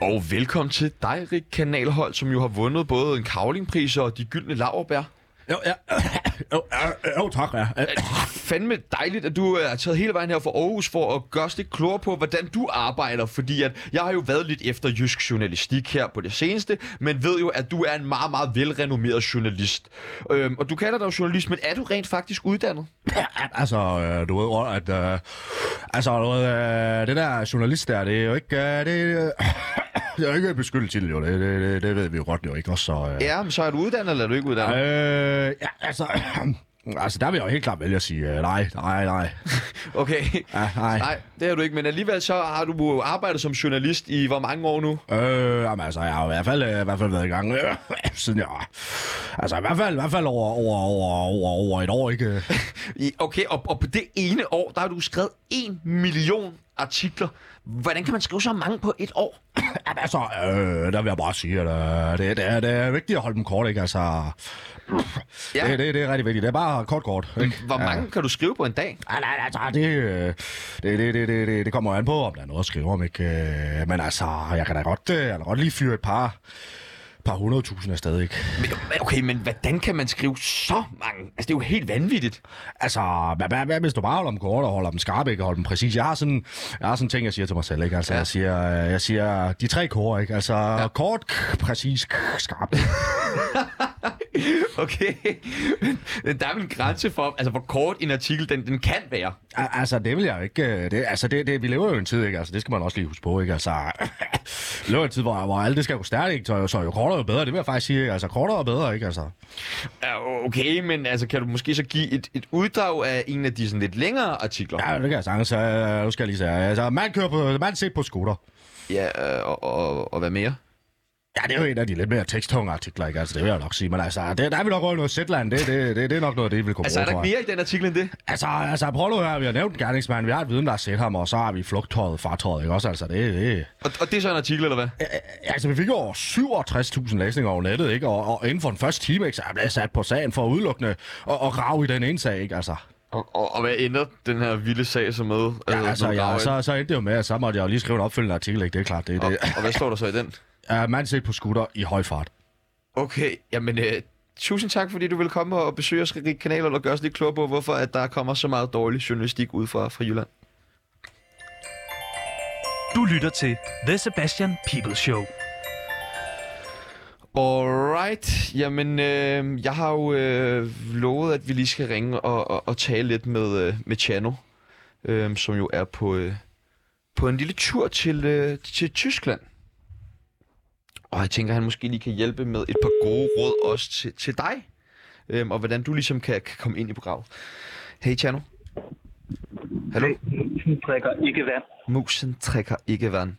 Og velkommen til dig, Rik Kanalhold, som jo har vundet både en kavlingpris og de gyldne laverbær.
Jo, ja. jo, ja, jo, tak, ja. Øh,
Fandme dejligt, at du øh, er taget hele vejen her fra Aarhus for at gøre os lidt klogere på, hvordan du arbejder. Fordi at jeg har jo været lidt efter jysk journalistik her på det seneste, men ved jo, at du er en meget, meget velrenommeret journalist. Øhm, og du kalder dig jo journalist, men er du rent faktisk uddannet?
Altså, øh, du ved godt, at... Øh, altså, du ved, øh, det der journalist der, det er jo ikke... Øh, det, øh, det er jo ikke en beskyldt titel, jo. Det, det, det, det ved vi jo godt, jo ikke også, så... Øh,
Ja, men så er du uddannet, eller er du ikke uddannet?
Øh, ja, altså... Altså, der vil jeg jo helt klart vælge at sige, øh, nej, nej, nej.
Okay.
Ja, nej.
Nej, det har du ikke, men alligevel så har du arbejdet som journalist i hvor mange år nu?
Øh, jamen, altså, jeg har i hvert fald, øh, i hvert fald været i gang øh, siden jeg... Altså, i hvert fald, i hvert fald over, over, over, over, over et år, ikke?
I- Okay, og, og på det ene år, der har du skrevet en million artikler. Hvordan kan man skrive så mange på et år?
Jamen, altså, øh, der vil jeg bare sige, at øh, det, det, er, det er vigtigt at holde dem kort, ikke? Altså,
Ja.
ja. Mm. det, det, det er rigtig vigtigt. Det er bare kort, kort, ikke?
Hvor mange kan du skrive på en dag?
Ej, nej, altså, det, øh, det, det, det, det, det, det kommer jo an på, om der er noget at skrive om, ikke? Øh, Men altså, jeg kan da godt, øh, jeg kan da godt lige fyre et par, par hundredtusind afsted, ikke?
Men- Okay, men hvordan kan man skrive så mange? Altså, det er jo helt vanvittigt.
Altså, hvad, hvad, hvad hvis du bare holder dem kort og holder dem skarpe, ikke? Og holder dem præcis. Jeg har sådan, jeg har sådan ting, jeg siger til mig selv, ikke? Altså,
Ja.
ja. jeg, siger, øh, jeg siger de tre kår, ikke? Altså, ja. kort, k- præcis, k- skarpt.
Okay, men der er vel en grænse for, altså, hvor kort en artikel den, den kan være.
Al- altså, det vil jeg jo ikke... øh, Det, altså, det, det, vi lever jo i en tid, ikke? Altså, det skal man også lige huske på, ikke? Altså, vi lever i en tid, hvor, hvor alt det skal gå stærkt, ikke? Så, så jo kortere, jo bedre. Det vil jeg faktisk sige, ikke? Altså, kortere er bedre, ikke? Altså,
Ja, Okay, men altså, kan du måske så give et, et uddrag af en af de sådan lidt længere artikler?
ja, det kan jeg sagtens. Øh, nu skal jeg lige sige. Altså, man kører på... Man set på scooter.
ja øh, og, og, og hvad mere?
Ja, det er jo en af de lidt mere teksttunge artikler, ikke? Altså, det vil jeg nok sige. Men altså, det, der er vi nok over i noget Zetland. Det, det, det, det er nok noget, af det vi kunne
Altså, er
bruge,
der ikke
tror jeg.
mere i den artikel end det?
Altså, altså, prøv nu at høre, vi har nævnt gerningsmanden, vi har et viden, der har set ham, og så har vi flugttøjet, fartøjet, ikke også? Altså, det, det...
Og, og det er så en artikel, eller hvad?
Øh, Altså, vi fik jo over 67.000 læsninger over nettet, ikke? Og, og inden for den første time, ikke, så blev jeg sat på sagen for udelukkende og, og rave i den ene sag, ikke? Altså,
Og, og, og hvad ender den her vilde sag så med?
ja, altså
sådan
ja,
rav-
så, så endte det jo med, at så måtte jeg jo lige skrive en opfølgende artikel, ikke? Det er klart, det er
og,
det.
og hvad står der så i den?
Uh, man set på skutter i høj fart.
Okay, jamen øh, tusind tak, fordi du vil komme og besøge os i kanaler og gøre os lidt klogere på, hvorfor at der kommer så meget dårlig journalistik ud fra, fra Jylland.
Du lytter til The Sebastian People Show.
Alright, jamen øh, jeg har jo øh, lovet, at vi lige skal ringe og, og, og tale lidt med, øh, med Chano, øh, som jo er på, øh, på en lille tur til, øh, til Tyskland. Og jeg tænker, han måske lige kan hjælpe med et par gode råd også til, til dig, øh, og hvordan du ligesom kan, kan komme ind i programmet. Hey Chano. Hallo?
Musen drikker ikke vand.
Musen trækker ikke vand.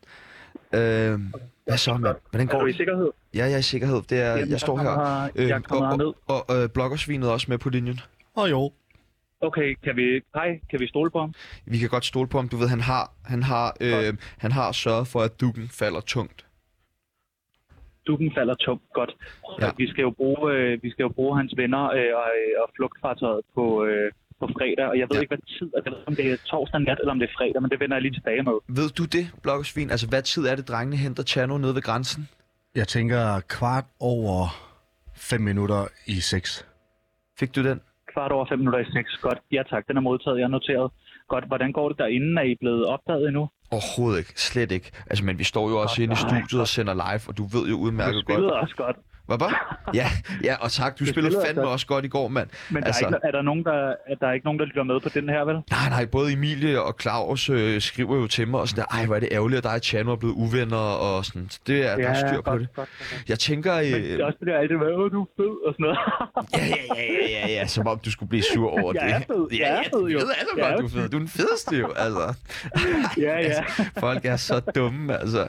Øh, hvad så, mand? Hvordan
Er
går
du i
det?
sikkerhed?
Ja, jeg er i sikkerhed. Det er,
Jamen,
jeg står her. Øh,
kommer- Jeg kommer
og,
ned.
og, og øh, bloggersvinet er også med på linjen.
Og jo,
Okay, kan vi... Hej, kan vi stole på ham?
Vi kan godt stole på ham. Du ved, han har, han har, øh, han har sørget for, at dukken falder tungt.
Dukken falder tungt godt.
Ja.
Ja. Vi, skal jo bruge, øh, vi skal jo bruge hans venner øh, og, øh, og flugtfartøjet på, øh, på fredag. Og jeg
Ja.
ved ja. ikke, hvad tid, og jeg ved, ikke, om det er torsdag nat, eller om det er fredag, men det vender jeg lige tilbage med.
Ved du det, bloggersvin? Altså, hvad tid er det, drengene henter Chano nede ved grænsen?
jeg tænker kvart over fem minutter i seks.
Fik du den?
Kvart over fem minutter i seks. Godt. Ja tak, den er modtaget. Jeg er noteret. Godt. Hvordan går det derinde? Er I blevet opdaget endnu?
Overhovedet ikke. Slet ikke. Altså, men vi står jo også
Åh,
inde i
nej.
studiet og sender live, og du ved jo udmærket
spillede
godt.
også godt.
Hvad bare? Ja, ja, og tak. Du spillede
spillede
fandme
altså.
også godt i går, mand.
Men
Altså-
altså... der er, ikke, er, der nogen, der, er der ikke nogen, der lytter med på den her, vel?
Nej, nej, både Emilie og Claus øh, skriver jo til mig og sådan der, ej, hvor er det ærgerligt, at dig og Chano er blevet uvenner og sådan. Så Det er, der er styr på
godt,
det.
Godt, godt.
Jeg tænker... Øh,
Men det er også det der altid med, "Åh, du er fed og sådan noget.
ja, ja, ja, ja, ja, ja, som om du skulle blive sur over
Jeg
det.
er fed. Jeg er fed, jo.
Jeg ved altså
Jeg
godt,
er
du er fed. Du er den fedeste jo, altså.
ja, ja,
Folk er så dumme, altså.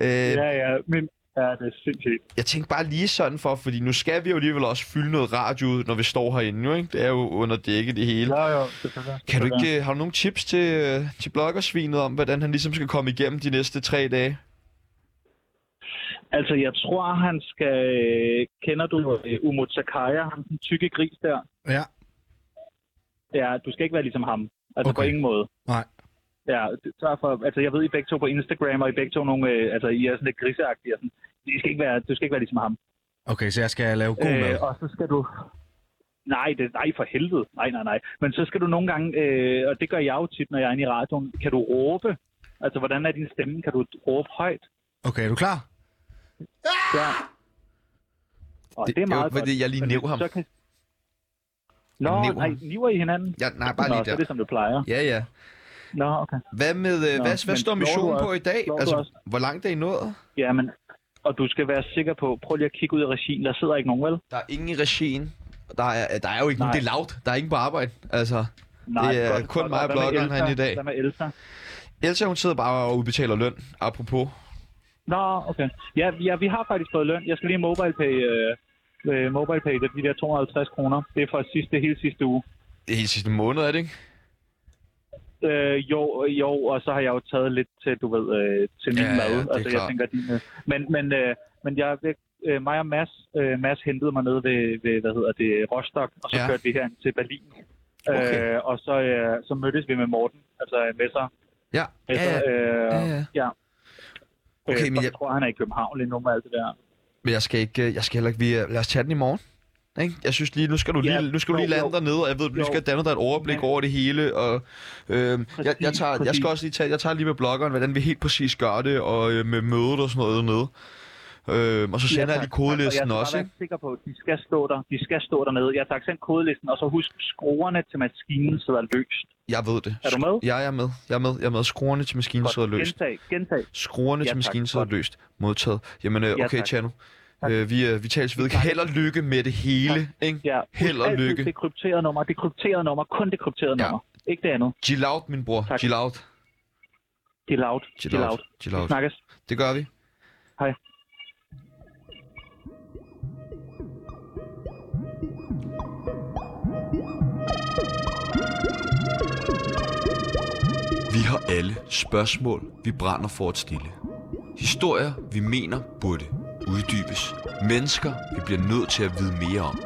Øh,
ja, ja. Men ja, det er sindssygt.
Jeg tænkte bare lige sådan for, fordi nu skal vi jo alligevel også fylde noget radio, ud, når vi står herinde, jo, ikke? Det er jo under dækket det hele.
Ja, jo, selvfølgelig.
Kan du ikke, øh, har du nogle tips til, øh, til bloggersvinet om, hvordan han ligesom skal komme igennem de næste tre dage?
Altså, jeg tror, han skal... Kender du øh, Umut Sakaya, ham den tykke gris der?
Ja.
Ja, du skal ikke være ligesom ham. Altså, okay. på
Okay.
ingen måde.
Nej.
Ja, det- sørg for, altså jeg ved, I begge to på Instagram, og I begge to nogle, øh, altså I er sådan lidt griseagtige. og Sådan. I skal ikke være, du skal ikke være ligesom ham. Øh,
Okay, så jeg skal lave god mad.
og så skal du... Nej, det, nej, for helvede. Nej, nej, nej. Men så skal du nogle gange, øh, og det gør jeg jo tit, når jeg er inde i radioen, kan du råbe? Altså, hvordan er din stemme? Kan du råbe højt?
Okay, er du klar?
Ja. Og det, det er
jo,
meget
fordi jeg lige
Men
næv
hvis
ham.
Så kan... Nå,
Jeg næv
nej,
ham.
niver I hinanden?
Ja, nej, bare
Nå,
lige
så er
der.
det, som det plejer.
Ja, ja.
Nå, okay.
Hvad med, øh, hvad,
Nå,
hvad
men
står
slår du
missionen på
også-
i dag?
slår du
Altså,
også?
hvor langt er I nået?
Jamen, og du skal være sikker på, prøv lige at kigge ud i regien, der sidder ikke nogen, vel?
Der er ingen i regien. Der er, der er jo ikke nogen,
Nej.
det er lavt. Der er ingen på arbejde. Altså,
Nej,
Det er kun mig og
Hvad med
bloggeren
Elsa?
herinde i dag.
Hvad med Elsa?
Elsa, hun sidder bare og udbetaler løn, apropos.
Nå, okay. Ja, ja, vi har faktisk fået løn. Jeg skal lige mobile pay, øh, øh, mobile pay det er de der 250 kroner. Det er fra sidste, hele sidste uge.
Det er helt sidste måned, er det ikke?
Øh, jo, jo, og så har jeg jo taget lidt til, du ved, øh, til min
Ja, ja,
mad.
det er
altså, jeg
klart.
tænker, din, øh, men, men, øh, men jeg, øh, mig og Mads, øh, Mads hentede mig ned ved, ved, hvad hedder det, Rostock, og så
Ja.
ja. kørte vi herind til Berlin.
Okay.
Øh, og så, øh, så mødtes vi med Morten, altså øh, Messer.
Ja.
Messer øh,
ja, ja.
ja.
Okay,
øh,
men
men jeg
jeg-
tror, han er i København lige nu med alt det der.
Men jeg skal ikke, øh, jeg skal heller ikke, vi, lad os tage den i morgen. Ikke? Jeg synes lige, nu skal du
Ja,
lige, nu skal du lige
jo,
lande
jo.
dernede, og jeg ved, du
Jo.
skal danne dig et overblik
Ja.
over det hele, og øhm, jeg, jeg,
Præcis,
tager, jeg skal
præcis.
også lige tage, jeg tager lige med bloggeren, hvordan vi helt præcis gør det, og øh, med mødet og sådan noget dernede. Øhm, og så sender ja, jeg lige
tak.
kodelisten
Og
også,
Jeg er
ikke?
sikker på, at de skal stå der. De skal stå dernede. Jeg tager send kodelisten, og så husk, skruerne til maskinen sidder løst.
Jeg ved det.
Er du med?
Ja, jeg er med. Jeg er med. Jeg er med. Skruerne til maskinen sidder løst.
Gentag, gentag.
Skruerne
Ja,
til
tak.
maskinen sidder
Godt.
løst. Modtaget. Jamen, øh,
Ja,
okay,
tak.
Tjerno.
Tak.
Øh, vi, øh, vi tales ved.
Tak.
Held og lykke med det hele, ikke?
Ja. husk
Held og
altid
lykke.
Det krypterede nummer, det krypterede nummer, kun det krypterede
Ja.
nummer. Ikke det andet.
Chill out, min bror.
Tak.
Chill out.
Det er loud.
Chill
Det er
out.
loud.
Chill out.
Snakkes.
Det gør vi.
Hej.
Vi har alle spørgsmål, vi brænder for at stille. Historier, vi mener burde uddybes. Mennesker, vi bliver nødt til at vide mere om.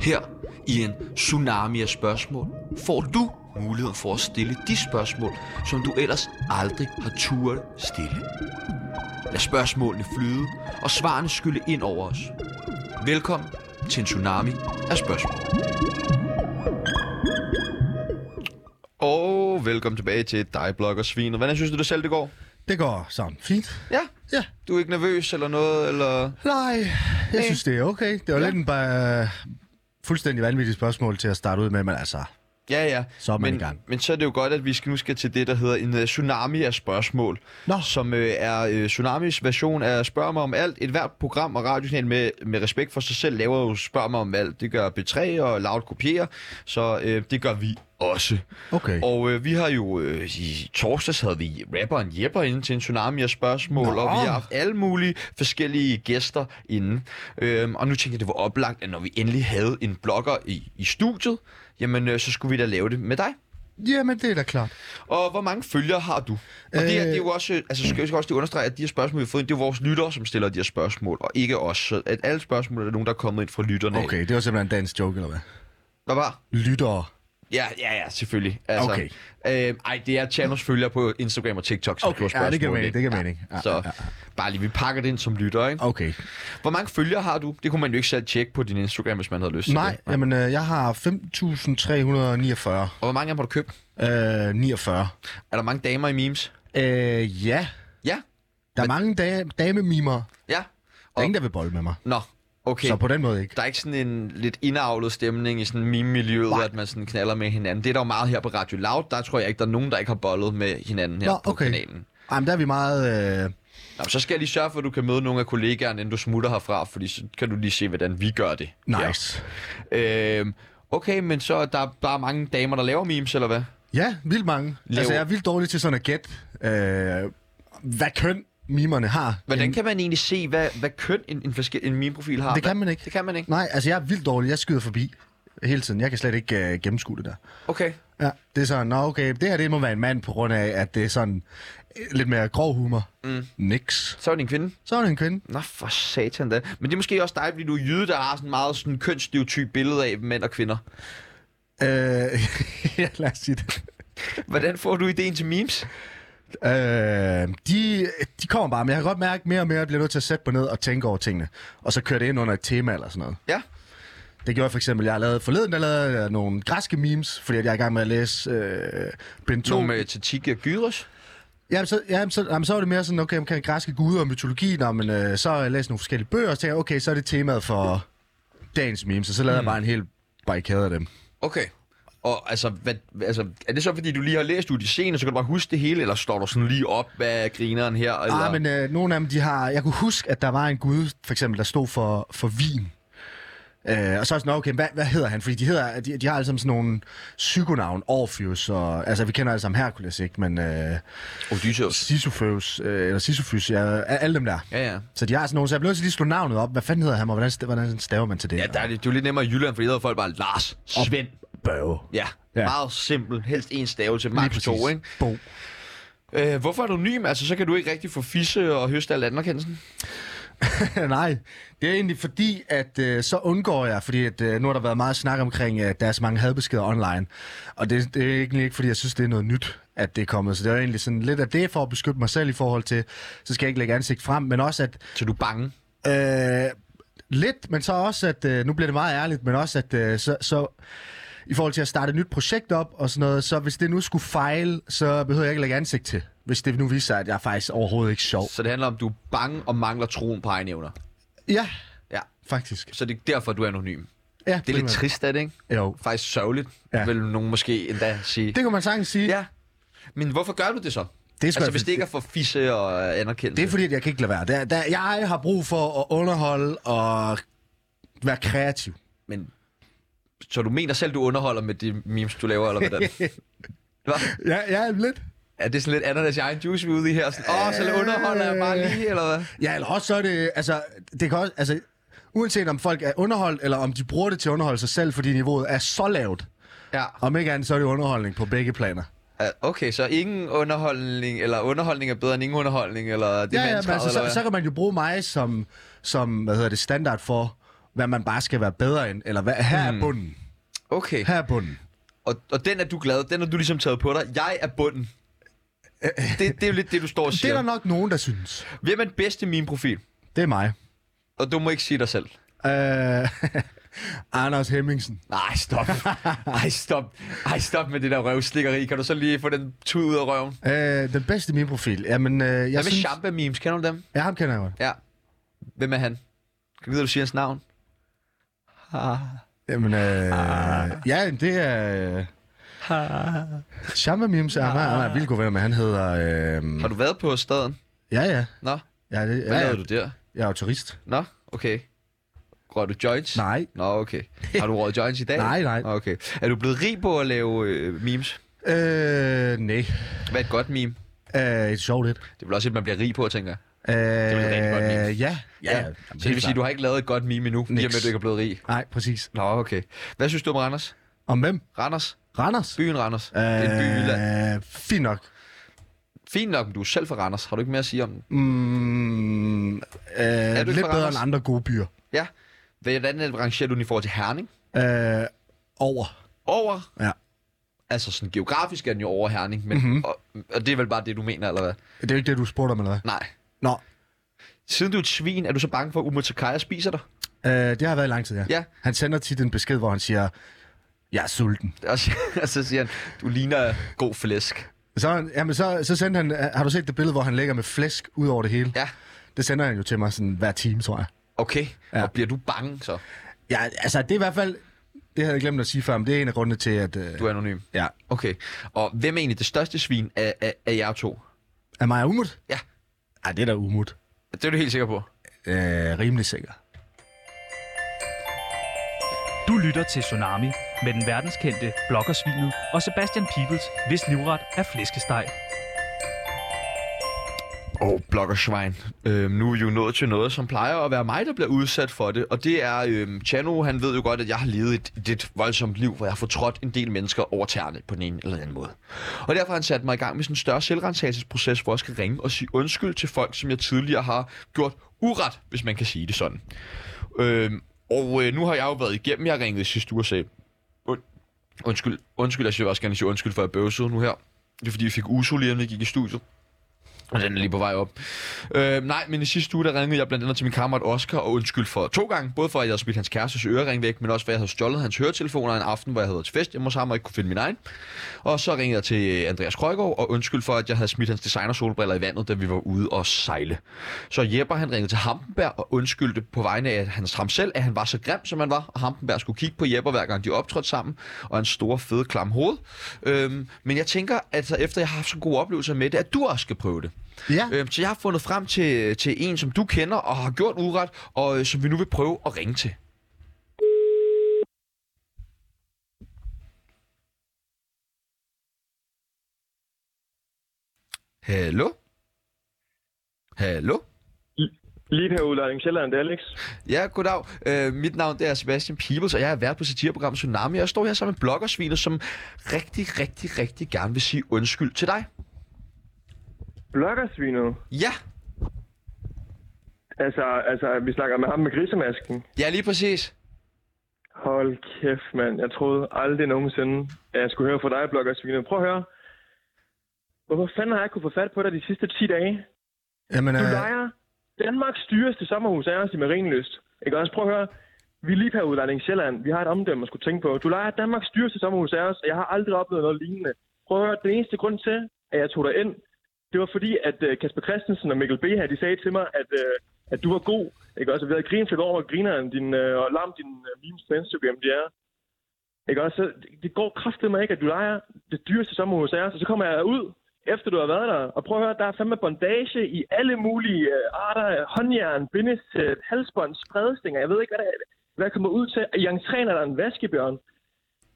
Her i en tsunami af spørgsmål får du muligheden for at stille de spørgsmål, som du ellers aldrig har turet stille. Lad spørgsmålene flyde, og svarene skylle ind over os. Velkommen til en tsunami af spørgsmål.
Og velkommen tilbage til dig, blogger Svin. Hvordan synes du det selv, det går?
Det går sammen fint.
Ja.
Ja.
Du er ikke nervøs eller noget, eller...
Nej, jeg synes, det er okay. Det
Ja.
var Øh. ja. lidt en bare, fuldstændig vanvittigt spørgsmål til at starte ud med, men altså,
Ja, ja.
så er man
men,
i gang.
men så er det jo godt, at vi skal, nu skal til det, der hedder en uh, tsunami af spørgsmål.
Nå.
Som øh, er øh, Tsunamis version af Spørg mig om alt. Et hvert program og radiokanal med, med respekt for sig selv laver jo Spørg mig om alt. Det gør B3 og Loud kopierer, så øh, det gør vi også.
Okay.
Og øh, vi har jo øh, i torsdags havde vi rapperen Jepper inde til en tsunami af spørgsmål, Nå.
Nå.
og vi har haft alle mulige forskellige gæster inde. Øhm, og nu tænkte jeg, det var oplagt, at når vi endelig havde en blogger i, i studiet, jamen øh, så skulle vi da lave det med dig.
Jamen, det er da klart.
Og hvor mange følgere har du? Og det, her,
Øh.
det er jo også, øh, altså skal jeg også lige understrege, at de her spørgsmål, vi har fået ind, det er jo vores lyttere, som stiller de her spørgsmål, og ikke os. Så at alle spørgsmål er nogen, der er kommet ind fra lytterne. af.
Okay, det var simpelthen en dansk joke, eller hvad?
Hvad var?
Lyttere.
Ja, ja, ja, selvfølgelig. Altså,
Okay.
Øh, ej, det er Chanos følger på Instagram og TikTok, som gjorde
ja, det giver
spørgsmålet,
mening,
ikke?
det giver mening. Ja,
Så
ja, ja.
bare lige, vi pakker det ind som lytter, ikke?
Okay.
Hvor mange følgere har du? Det kunne man jo ikke selv tjekke på din Instagram, hvis man havde lyst
Nej,
til det.
jamen, øh, jeg har 5.349.
Og hvor mange af dem har du købt?
Øh, 49.
Er der mange damer i memes?
Øh, ja.
Ja,
Der er mange da- damemimer. Der
ja.
er
Og-
ingen, der vil bolde med mig.
Nå, okay.
Okay. Så på den måde ikke.
Der er ikke sådan en lidt indavlet stemning i sådan meme-miljøet, at man sådan knaller med hinanden. Det er der jo meget her på Radio Loud. Der tror jeg ikke, der er nogen, der ikke har bollet med hinanden her
Nå,
på
okay.
kanalen.
Jamen, der er vi meget... Øh...
Nå, så skal jeg lige sørge for, at du kan møde nogle af kollegaerne, inden du smutter herfra, fordi så kan du lige se, hvordan vi gør det.
Nice.
Ja. Øhm, okay, men så er der, der er mange damer, der laver memes, eller hvad?
Ja, vildt mange. Lav. Altså, jeg er vildt dårlig til sådan at gætte, øh, hvad køn mimerne har.
Hvordan
Jamen,
kan man egentlig se, hvad, hvad køn en, en, forskel, en meme-profil har?
Det
Hvad-
kan man ikke.
Det kan man ikke.
Nej, altså, jeg er vildt dårlig. Jeg skyder forbi hele tiden. Jeg kan slet ikke øh, gennemskue det der.
Okay.
Ja, det er sådan, nå okay, det her det må være en mand på grund af, at det er sådan øh, lidt mere grov humor. Mm. Nix.
Så er det en kvinde.
Så er det en kvinde.
Nå, for satan da. Men det er måske også dig, fordi du er jyde, der har sådan meget sådan kønsstereotyp billede af mænd og kvinder.
Øh, ja, lad os sige det.
Hvordan får du ideen til memes?
Øh, de, de kommer bare, men jeg kan godt mærke mere og mere, at jeg bliver nødt til at sætte mig ned og tænke over tingene. Og så kører det ind under et tema eller sådan noget.
Ja.
Det gjorde jeg for eksempel, jeg har lavet forleden, der lavede jeg nogle græske memes, fordi at jeg er i gang med at læse øh, Ben 2.
Nogle med Tatik og Gyros.
Jamen, så, jamen, så, jamen, så var det mere sådan, okay, omkring græske guder og mytologi, nå, men øh, så har jeg læst nogle forskellige bøger, og så tænker jeg, okay, så er det temaet for dagens memes, og så lavede mm. jeg bare en hel barrikade af dem.
Okay. Og altså, hvad, altså, er det så, fordi du lige har læst Odysseen, og så kan du bare huske det hele, eller står du sådan lige op, hvad er grineren her? Eller?
Ah, men øh, nogle af dem, de har... Jeg kunne huske, at der var en gud, for eksempel, der stod for, for vin. Øh, og så er jeg sådan, "Nå, okay, hvad, hvad hedder han? Fordi de, hedder, de, de har alle sammen sådan nogle psykonavn, Orpheus, og, altså vi kender alle sammen Hercules, ikke? Men øh,
Odysseus.
Sisyphus, øh, eller Sisyphus, ja, alle dem der.
Ja, ja.
Så de har sådan nogle, så jeg blev nødt til lige at slå navnet op. Hvad fanden hedder han, og hvordan, st- hvordan staver man til det?
Ja, der er det, det er jo lidt nemmere i Jylland, fordi der er folk bare Lars, Svend.
Børge.
Ja,
Ja.
ja. meget simpel. Helst en stavelse, max to, ikke?
Bo.
Øh, hvorfor anonym? Altså, så kan du ikke rigtig få fisse og høste al anerkendelsen.
Nej, det er egentlig fordi, at øh, så undgår jeg, fordi at, øh, nu har der været meget snak omkring, at der er så mange hadbeskeder online, og det, det er egentlig ikke, fordi jeg synes, det er noget nyt, at det er kommet. Så det er egentlig sådan lidt af det for at beskytte mig selv i forhold til, så skal jeg ikke lægge ansigt frem, men også at
Så du er bange.
Øh, lidt, men så også, at øh, nu bliver det meget ærligt, men også, at øh, så, så i forhold til at starte et nyt projekt op og sådan noget, så hvis det nu skulle fejle, så behøver jeg ikke lægge ansigt til. Hvis det nu viser sig, at jeg er faktisk overhovedet ikke sjov.
Så det handler om, at du er bange og mangler troen på egne evner.
Ja,
Ja.
faktisk.
Så det er derfor, du er anonym. Det
Ja,
er lidt
primært.
trist, er det ikke?
Jo.
Faktisk sørgeligt,
Ja.
ja. vil nogen måske endda sige.
Det kunne man sagtens sige.
Ja. Men hvorfor gør du det så?
Det er sgu
altså,
da-
hvis det ikke er for fisse og øh, anerkendelse.
Det er fordi, at jeg kan ikke lade være. Der, der, jeg har brug for at underholde og være kreativ.
Men, så du mener selv, du underholder med de memes, du laver, eller hvordan? Hva?
Ja, ja lidt.
Er det sådan lidt ananas i egen juice, vi er ude i her? Sådan, Åh, så underholder jeg bare lige, eller hvad?
Ja, eller også så er det, altså, det kan også, altså, uanset om folk er underholdt, eller om de bruger det til at underholde sig selv, fordi niveauet er så lavt.
Ja.
Om ikke andet, så er det underholdning på begge planer.
Ah, Okay, så ingen underholdning, eller underholdning er bedre end ingen underholdning, eller det
Ja,
er
ja, men
mandskravet,
altså,
eller
så,
hvad?
så kan man jo bruge mig som, som, hvad hedder det, standard for, hvad man bare skal være bedre end, eller hvad,
Mm.
her er bunden.
Okay,
Her er bunden.
og, og den er du glad, den har du ligesom taget på dig. Jeg er bunden. Det, det er jo lidt det, du står og
Det er
siger.
der nok nogen, der synes.
Hvem er den bedste min profil?
Det er mig.
Og du må ikke sige dig selv.
Øh, Anders Hemmingsen.
Nej, stop. Ej, stop. Ej, stop med det der røvslikkeri. Kan du så lige få den tud ud af røven?
Øh, den bedste i min profil. Jamen, øh, jeg,
Hvad
jeg
med
synes...
Shampa-memes? Kender du dem?
Ja, ham kender jeg godt.
Ja. Hvem er han? Kan du vide, at du siger hans navn?
Jamen, øh,
Ah.
ja, jamen, det er... Øh, Shamba Mims er meget, meget vildt god venner med. Han hedder... Øh,
Ah. Har du været på staden?
ja, ja.
Nå,
Ja, det,
hvad
ja,
lavede
ja,
du der?
Jeg er jo turist.
Nå, okay. Røg du joints?
Nej.
Nå, okay. Har du røget joints i dag?
Nej, nej.
Nå, Okay. Er du blevet rig på at lave øh, memes?
Øh, nej.
Hvad er et godt meme?
Øh, det er sjovt lidt.
Det er vel også et, man bliver rig på, tænker jeg.
Øh,
vil jeg rigtig godt lide.
ja.
så det vil sige, du har ikke lavet et godt meme endnu, i og med,
Niks.
at du ikke er blevet rig.
Nej, præcis.
Nå, okay. Hvad synes du om Randers?
Om hvem?
Randers?
Randers?
Byen Randers? Øh... Det er en by i Jylland.
Øh, fint nok.
Fint nok, men du er selv fra Randers. Har du ikke mere at sige om den?
Mm, øh,
ikke
lidt
fra
bedre
Randers?
end andre gode byer.
Ja. Hvordan rangerer du den i forhold til Herning?
Øh, over.
Over?
Ja.
Altså sådan geografisk er den jo over Herning, men, mm-hmm. og, og det er vel bare det, du mener, eller hvad?
Det er jo ikke det, du spurgte om, eller hvad?
Nej.
Nå,
Siden du er et svin, er du så bange for, at Umutakai spiser dig?
øh, det har været i lang tid, ja.
Ja.
Han sender tit en besked, hvor han siger, jeg er sulten.
Og så, og så siger han, du ligner god flæsk.
Så, er han- jamen, så, så sendte han, øh, har du set det billede, hvor han ligger med flæsk ud over det hele?
Ja.
Det sender han jo til mig sådan hver time, tror jeg.
Okay,
Ja.
ja. og bliver du bange så?
Ja, altså det er i hvert fald, det havde jeg glemt at sige før, men det er en af grundene til, at... Øh,
Du er anonym.
Ja.
Okay, og hvem er egentlig det største svin af, af, af jer to?
Er Maja umut?
Ja.
Ej, det er da umut.
Det er du helt sikker på.
Øh, rimelig sikker.
Du lytter til Tsunami med den verdenskendte bloggersvinet og Sebastian Peebles, hvis livret er flæskesteg.
Åh, oh, bloggersvin. Øhm, nu er vi jo nået til noget, som plejer at være mig, der bliver udsat for det. Og det er, øhm, Chano, han ved jo godt, at jeg har levet et, et lidt voldsomt liv, hvor jeg har fortrådt en del mennesker over tæerne på den ene eller anden måde. Og derfor har han sat mig i gang med sådan en større selvrensagelsesproces, hvor jeg skal ringe og sige undskyld til folk, som jeg tidligere har gjort uret, hvis man kan sige det sådan. Øhm, og øh, nu har jeg jo været igennem, jeg ringede sidste uge og sagde, und, undskyld, undskyld, jeg skal også gerne sige undskyld for at jeg bøvsede nu her. Det er fordi, vi fik Uso lige inden vi gik i studiet. Og den er lige på vej op. Øh, nej, men i sidste uge, der ringede jeg blandt andet til min kammerat Oscar og undskyld for to gange. Både for, at jeg havde smidt hans kærestes ørering væk, men også for, at jeg havde stjålet hans høretelefoner en aften, hvor jeg havde været til fest hjemme hos ham og ikke kunne finde min egen. Og så ringede jeg til Andreas Krøjgaard og undskyld for, at jeg havde smidt hans designer solbriller i vandet, da vi var ude og sejle. Så Jepper, han ringede til Hampenberg og undskyldte på vegne af hans ham selv, at han var så grim, som han var. Og Hampenberg skulle kigge på Jepper, hver gang de optrådte sammen, og hans store, fede, klam hoved. Øhm, men jeg tænker, altså efter jeg har haft så gode oplevelser med det, at du også skal prøve det.
Ja.
Øhm, så jeg har fundet frem til, til en, som du kender og har gjort uret, og øh, som vi nu vil prøve at ringe til. Hallo? Hallo?
Lige her udlejning Sjælland, det er Alex.
Ja, goddag. Øh, mit navn det er Sebastian Peebles, og jeg er vært på satireprogrammet Tsunami. Og jeg står her sammen med bloggersvinet, som rigtig, rigtig, rigtig gerne vil sige undskyld til dig.
Blokkersvinet.
Ja,
Altså, altså, vi snakker med ham med grisemasken.
ja lige præcis.
Hold kæft, mand. Jeg troede aldrig nogensinde, at jeg skulle høre fra dig, Blokkersvinet. Prøv at høre. Hvorfor fanden har jeg ikke kunne få fat på dig de sidste 10 dage?
Jamen,
Du
øh,
lejer Danmarks dyreste sommerhus af os i Marienlyst. Ikke også? Prøv at høre. Vi er lige her udlejning Sjælland. Vi har et omdømme at skulle tænke på. Du lejer Danmarks dyreste sommerhus af os, og jeg har aldrig oplevet noget lignende. Prøv at høre. Den eneste grund til, at jeg tog dig ind, det var fordi, at øh, Kasper Christensen og Mikkel B. her, de sagde til mig, at, øh, at du var god. Ikke også? Og Vi havde grinet lidt over, hvor grineren din, øh, og lam din øh, memes på Instagram, de er. Ikke også? Så det- det går kraftedeme ikke, at du lejer det dyreste sommerhus af os, og så kommer jeg ud, efter du har været der. Og prøv at høre, der er fandme bondage i alle mulige øh, arter. Håndjern, bindesæt, halsbånd, spredstinger. Jeg ved ikke, hvad, der, hvad jeg kommer ud til. I entréen er der en vaskebjørn.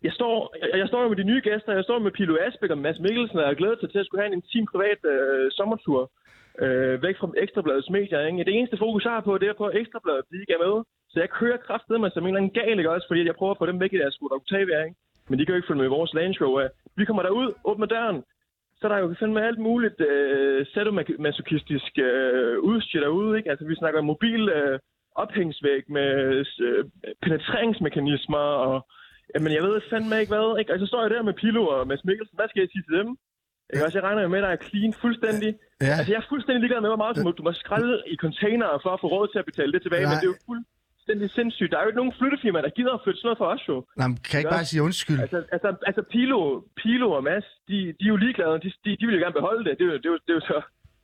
Jeg står, jeg, jeg står jo med de nye gæster. Jeg står med Pilo Asbæk og Mads Mikkelsen, og jeg glæder mig til at skulle have en intim privat øh, sommertur. Øh, væk fra Ekstrabladets medier. Ikke? Det eneste fokus, jeg har på, det er på at Ekstrabladet. De ikke er med. Så jeg kører kraftedet mig som en eller anden gal, ikke også? Fordi jeg prøver at få dem væk i deres skudt Octavia, ikke? Men de kan jo ikke følge med i vores Range Rover. Vi kommer derud, åbner døren, så er der er jo fandme alt muligt øh, sadomasochistisk øh, udstyr derude, ikke? Altså, vi snakker mobil øh, ophængsvæg med øh, penetreringsmekanismer og... Jamen, jeg ved fandme ikke hvad, ikke? Og så står jeg der med Pilo og Mads Mikkelsen. Hvad skal jeg sige til dem? Ikke også? Jeg regner jo med, at jeg er clean fuldstændig.
ja.
Altså, jeg er fuldstændig ligeglad med, hvor meget du må, du må skralde i containere for at få råd til at betale det tilbage, men
Nej.
det er jo fuldstændig sindssygt. Der er jo ikke nogen flyttefirma, der gider at flytte sådan noget for os, jo.
Nej, men kan jeg ikke
Ja.
bare sige undskyld?
Altså, altså, altså Pilo, Pilo og Mads, de, de er jo ligeglade, de, de, de vil jo gerne beholde det. Det er, jo, det, er jo, det er jo så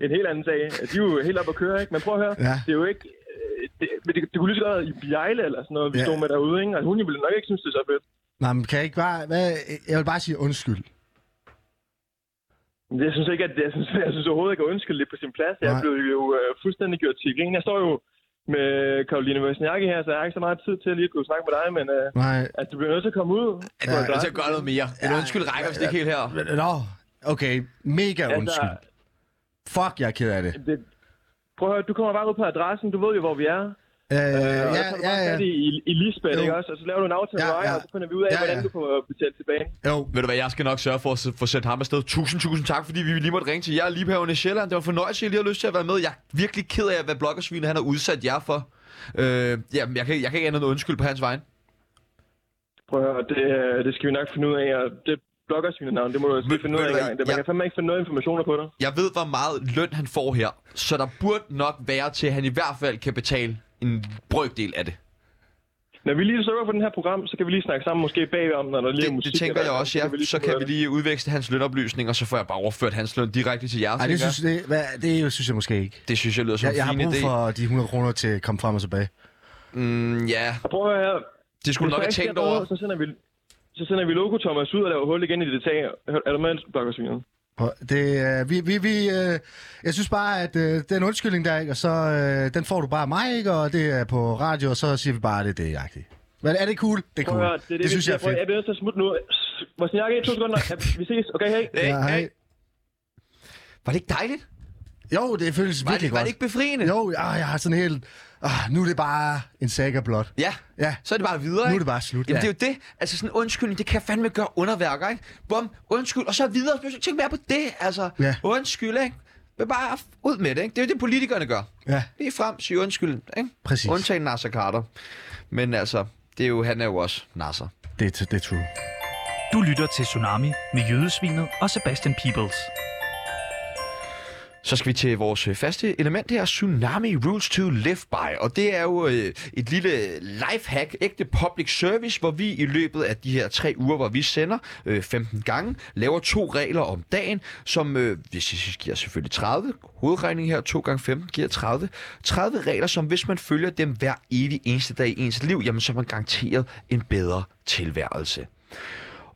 en helt anden sag. De er jo helt op at køre, ikke? Men prøv at høre,
Ja.
det er jo ikke... øh, Det, men det, det kunne lige så godt være i Bjejle eller sådan noget, vi
Ja.
ja. stod med derude, ikke? Altså, hun ville nok ikke synes, det er så fedt.
Nej, men kan jeg ikke bare... Hvad? Jeg vil bare sige undskyld.
Men Jeg synes ikke, at jeg synes, jeg synes overhovedet ikke, at undskyld lidt på sin plads. Jeg
Nej.
blev jo øh, fuldstændig gjort til grin. Jeg står jo med Karoline Vøsniakke her, så jeg har ikke så meget tid til at lige at kunne snakke med dig, men øh,
Nej.
altså, du bliver nødt til at komme ud.
Ja, jeg er nødt til at gøre noget mere. En undskyld rækker, hvis det ikke helt her.
Nå, okay. Mega
Altså,
undskyld. Fuck, jeg er ked af det.
det, prøv at høre, du kommer bare ud på adressen, du ved jo, hvor vi er.
Øh, ja,
Øh, og så tager du
ja,
bare
ja.
fat i, i, i Lisbeth,
Jo.
ikke også? Og så laver du en aftale
Ja,
med mig,
ja.
og så finder vi ud af,
Ja, ja.
hvordan du får betalt tilbage.
Jo,
Ved du hvad, jeg skal nok sørge for at s- få sendt ham afsted. Tusind, tusind tak, fordi vi lige måtte ringe til jer lige her i Sjælland. Det var en fornøjelse, jeg lige har lyst til at være med. Jeg er virkelig ked af, hvad bloggersvinet han har udsat jer for. Øh, jamen, jeg kan, jeg kan ikke andet end undskyld på hans vegne.
Prøv at høre, det, øh, det skal vi nok finde ud af, og det blokker sine navn, det må du altså lige finde ud
ved
af
du hvad,
engang. Det- Man
jeg-
kan fandme ikke finde noget informationer på dig.
Jeg ved, hvor meget løn han får her, så der burde nok være til, at han i hvert fald kan betale en brøkdel af det.
Når vi lige slukker for den her program, så kan vi lige snakke sammen måske bagom, når der lige er
Det,
musik.
det tænker jeg
eller-
også, ja. Så
finde ud
kan
af
vi
det.
lige udveksle hans lønoplysning, og så får jeg bare overført hans løn direkte til jer.
Ej,
tænker
det,
jeg.
synes, det, hvad, det synes jeg måske ikke.
det synes jeg lyder som
Jeg, jeg har
en fin
brug
idé.
for de 100 kroner til at komme frem og tilbage.
Mm, ja,
Og Prøv at høre,
det skulle
hvis
du nok
der
have
ikke sker
tænkt
noget,
over.
Så sender vi så sender vi Loco Thomas ud og laver hul igen i det tag. Hør- Er du med, Blokkersvinet?
Og Det, øh, vi, vi, vi, øh, jeg synes bare, at øh, den undskyldning der, ikke, og så, øh, den får du bare af mig, ikke, og det er på radio, og så siger vi bare, at det er det, agtigt. Men er det cool? Det er
Prøv
cool.
at høre, det, er det, vi
synes jeg er
siger. Prøv,
fedt.
Jeg bliver nødt til at smutte nu. Vosniakke, to sekunder. Ja, Vi ses. Okay, hej.
Hey,
Ja,
hey.
hej.
Var det ikke dejligt?
Jo, det føles
Var
virkelig
det, var det
godt.
ikke befriende?
Jo, ah, jeg har sådan helt... Ah, nu er det bare en saga blot.
Ja,
Ja,
så er det bare videre,
nu er
ikke?
det bare slut.
Jamen, det er jo det. Altså, sådan en undskyldning, det kan fandme gøre underværker, ikke? Bum, undskyld, og så videre. Tænk mere på det, altså.
Ja.
Undskyld, ikke? Men bare ud med det, ikke? Det er jo det, politikerne gør.
Ja,
Lige frem, sige undskyld, ikke?
præcis.
Undtagen Nasser Carter. Men altså, det er jo, han er jo også Nasser.
Det, det er true.
Du lytter til Tsunami med Jødesvinet og Sebastian Peebles.
Så skal vi til vores øh, faste element her, Tsunami Rules to Live By. Og det er jo øh, et lille lifehack, ægte public service, hvor vi i løbet af de her tre uger, hvor vi sender øh, 15 gange, laver to regler om dagen, som øh, hvis I giver selvfølgelig 30. Hovedregning her, 2 gange 15 giver 30. 30 regler, som hvis man følger dem hver evig eneste dag i ens liv, jamen så er man garanteret en bedre tilværelse.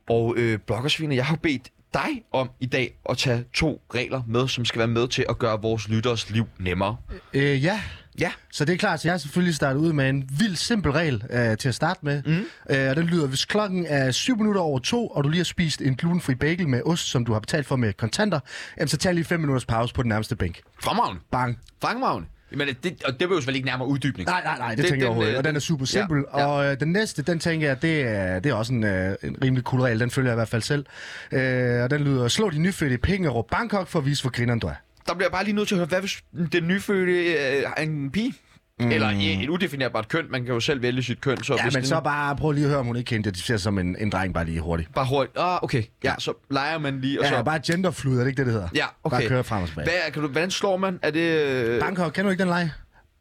Og øh, bloggersviner, jeg har bedt dig om i dag at tage to regler med, som skal være med til at gøre vores lytteres liv nemmere.
Øh, ja,
Ja.
Så det er klart, at jeg har selvfølgelig startet ud med en vild simpel regel øh, til at starte med. Mm. Øh, og den lyder, hvis klokken er 7 minutter over to, og du lige har spist en glutenfri bagel med ost, som du har betalt for med kontanter, jamen, så tag lige 5 minutters pause på den nærmeste bænk.
Fremragende.
Bang.
Fremragende. Men det, og det behøver selvfølgelig ikke nærmere uddybning. øh,
Nej, nej, nej, det, det tænker jeg overhovedet ikke. Og den er super simpel. Ja, ja. Og øh, den næste, den tænker jeg, det er, det er også en, øh, en rimelig cool regel. Den følger jeg i hvert fald selv. Øh, og den lyder, slå de nyfødte i penge og råb Bangkok for at vise, hvor grineren du er.
Der bliver jeg bare lige nødt til at høre, hvad hvis den nyfødte øh, er en pige? Mm. Eller en- et udefinerbart køn. Man kan jo selv vælge sit køn. Så
Ja,
hvis
men
den-
så bare prøv lige at høre, om hun ikke kan identificere sig som en, en dreng, bare lige hurtigt.
Bare hurtigt. Ah, okay. Ja, så leger man lige. Og
Ja,
så...
bare genderfluid, er det ikke det, det hedder?
Ja, okay.
Bare køre frem og tilbage.
Hvad, kan du, hvordan slår man? Er det... øh,
Bangkok, kan du ikke den lege?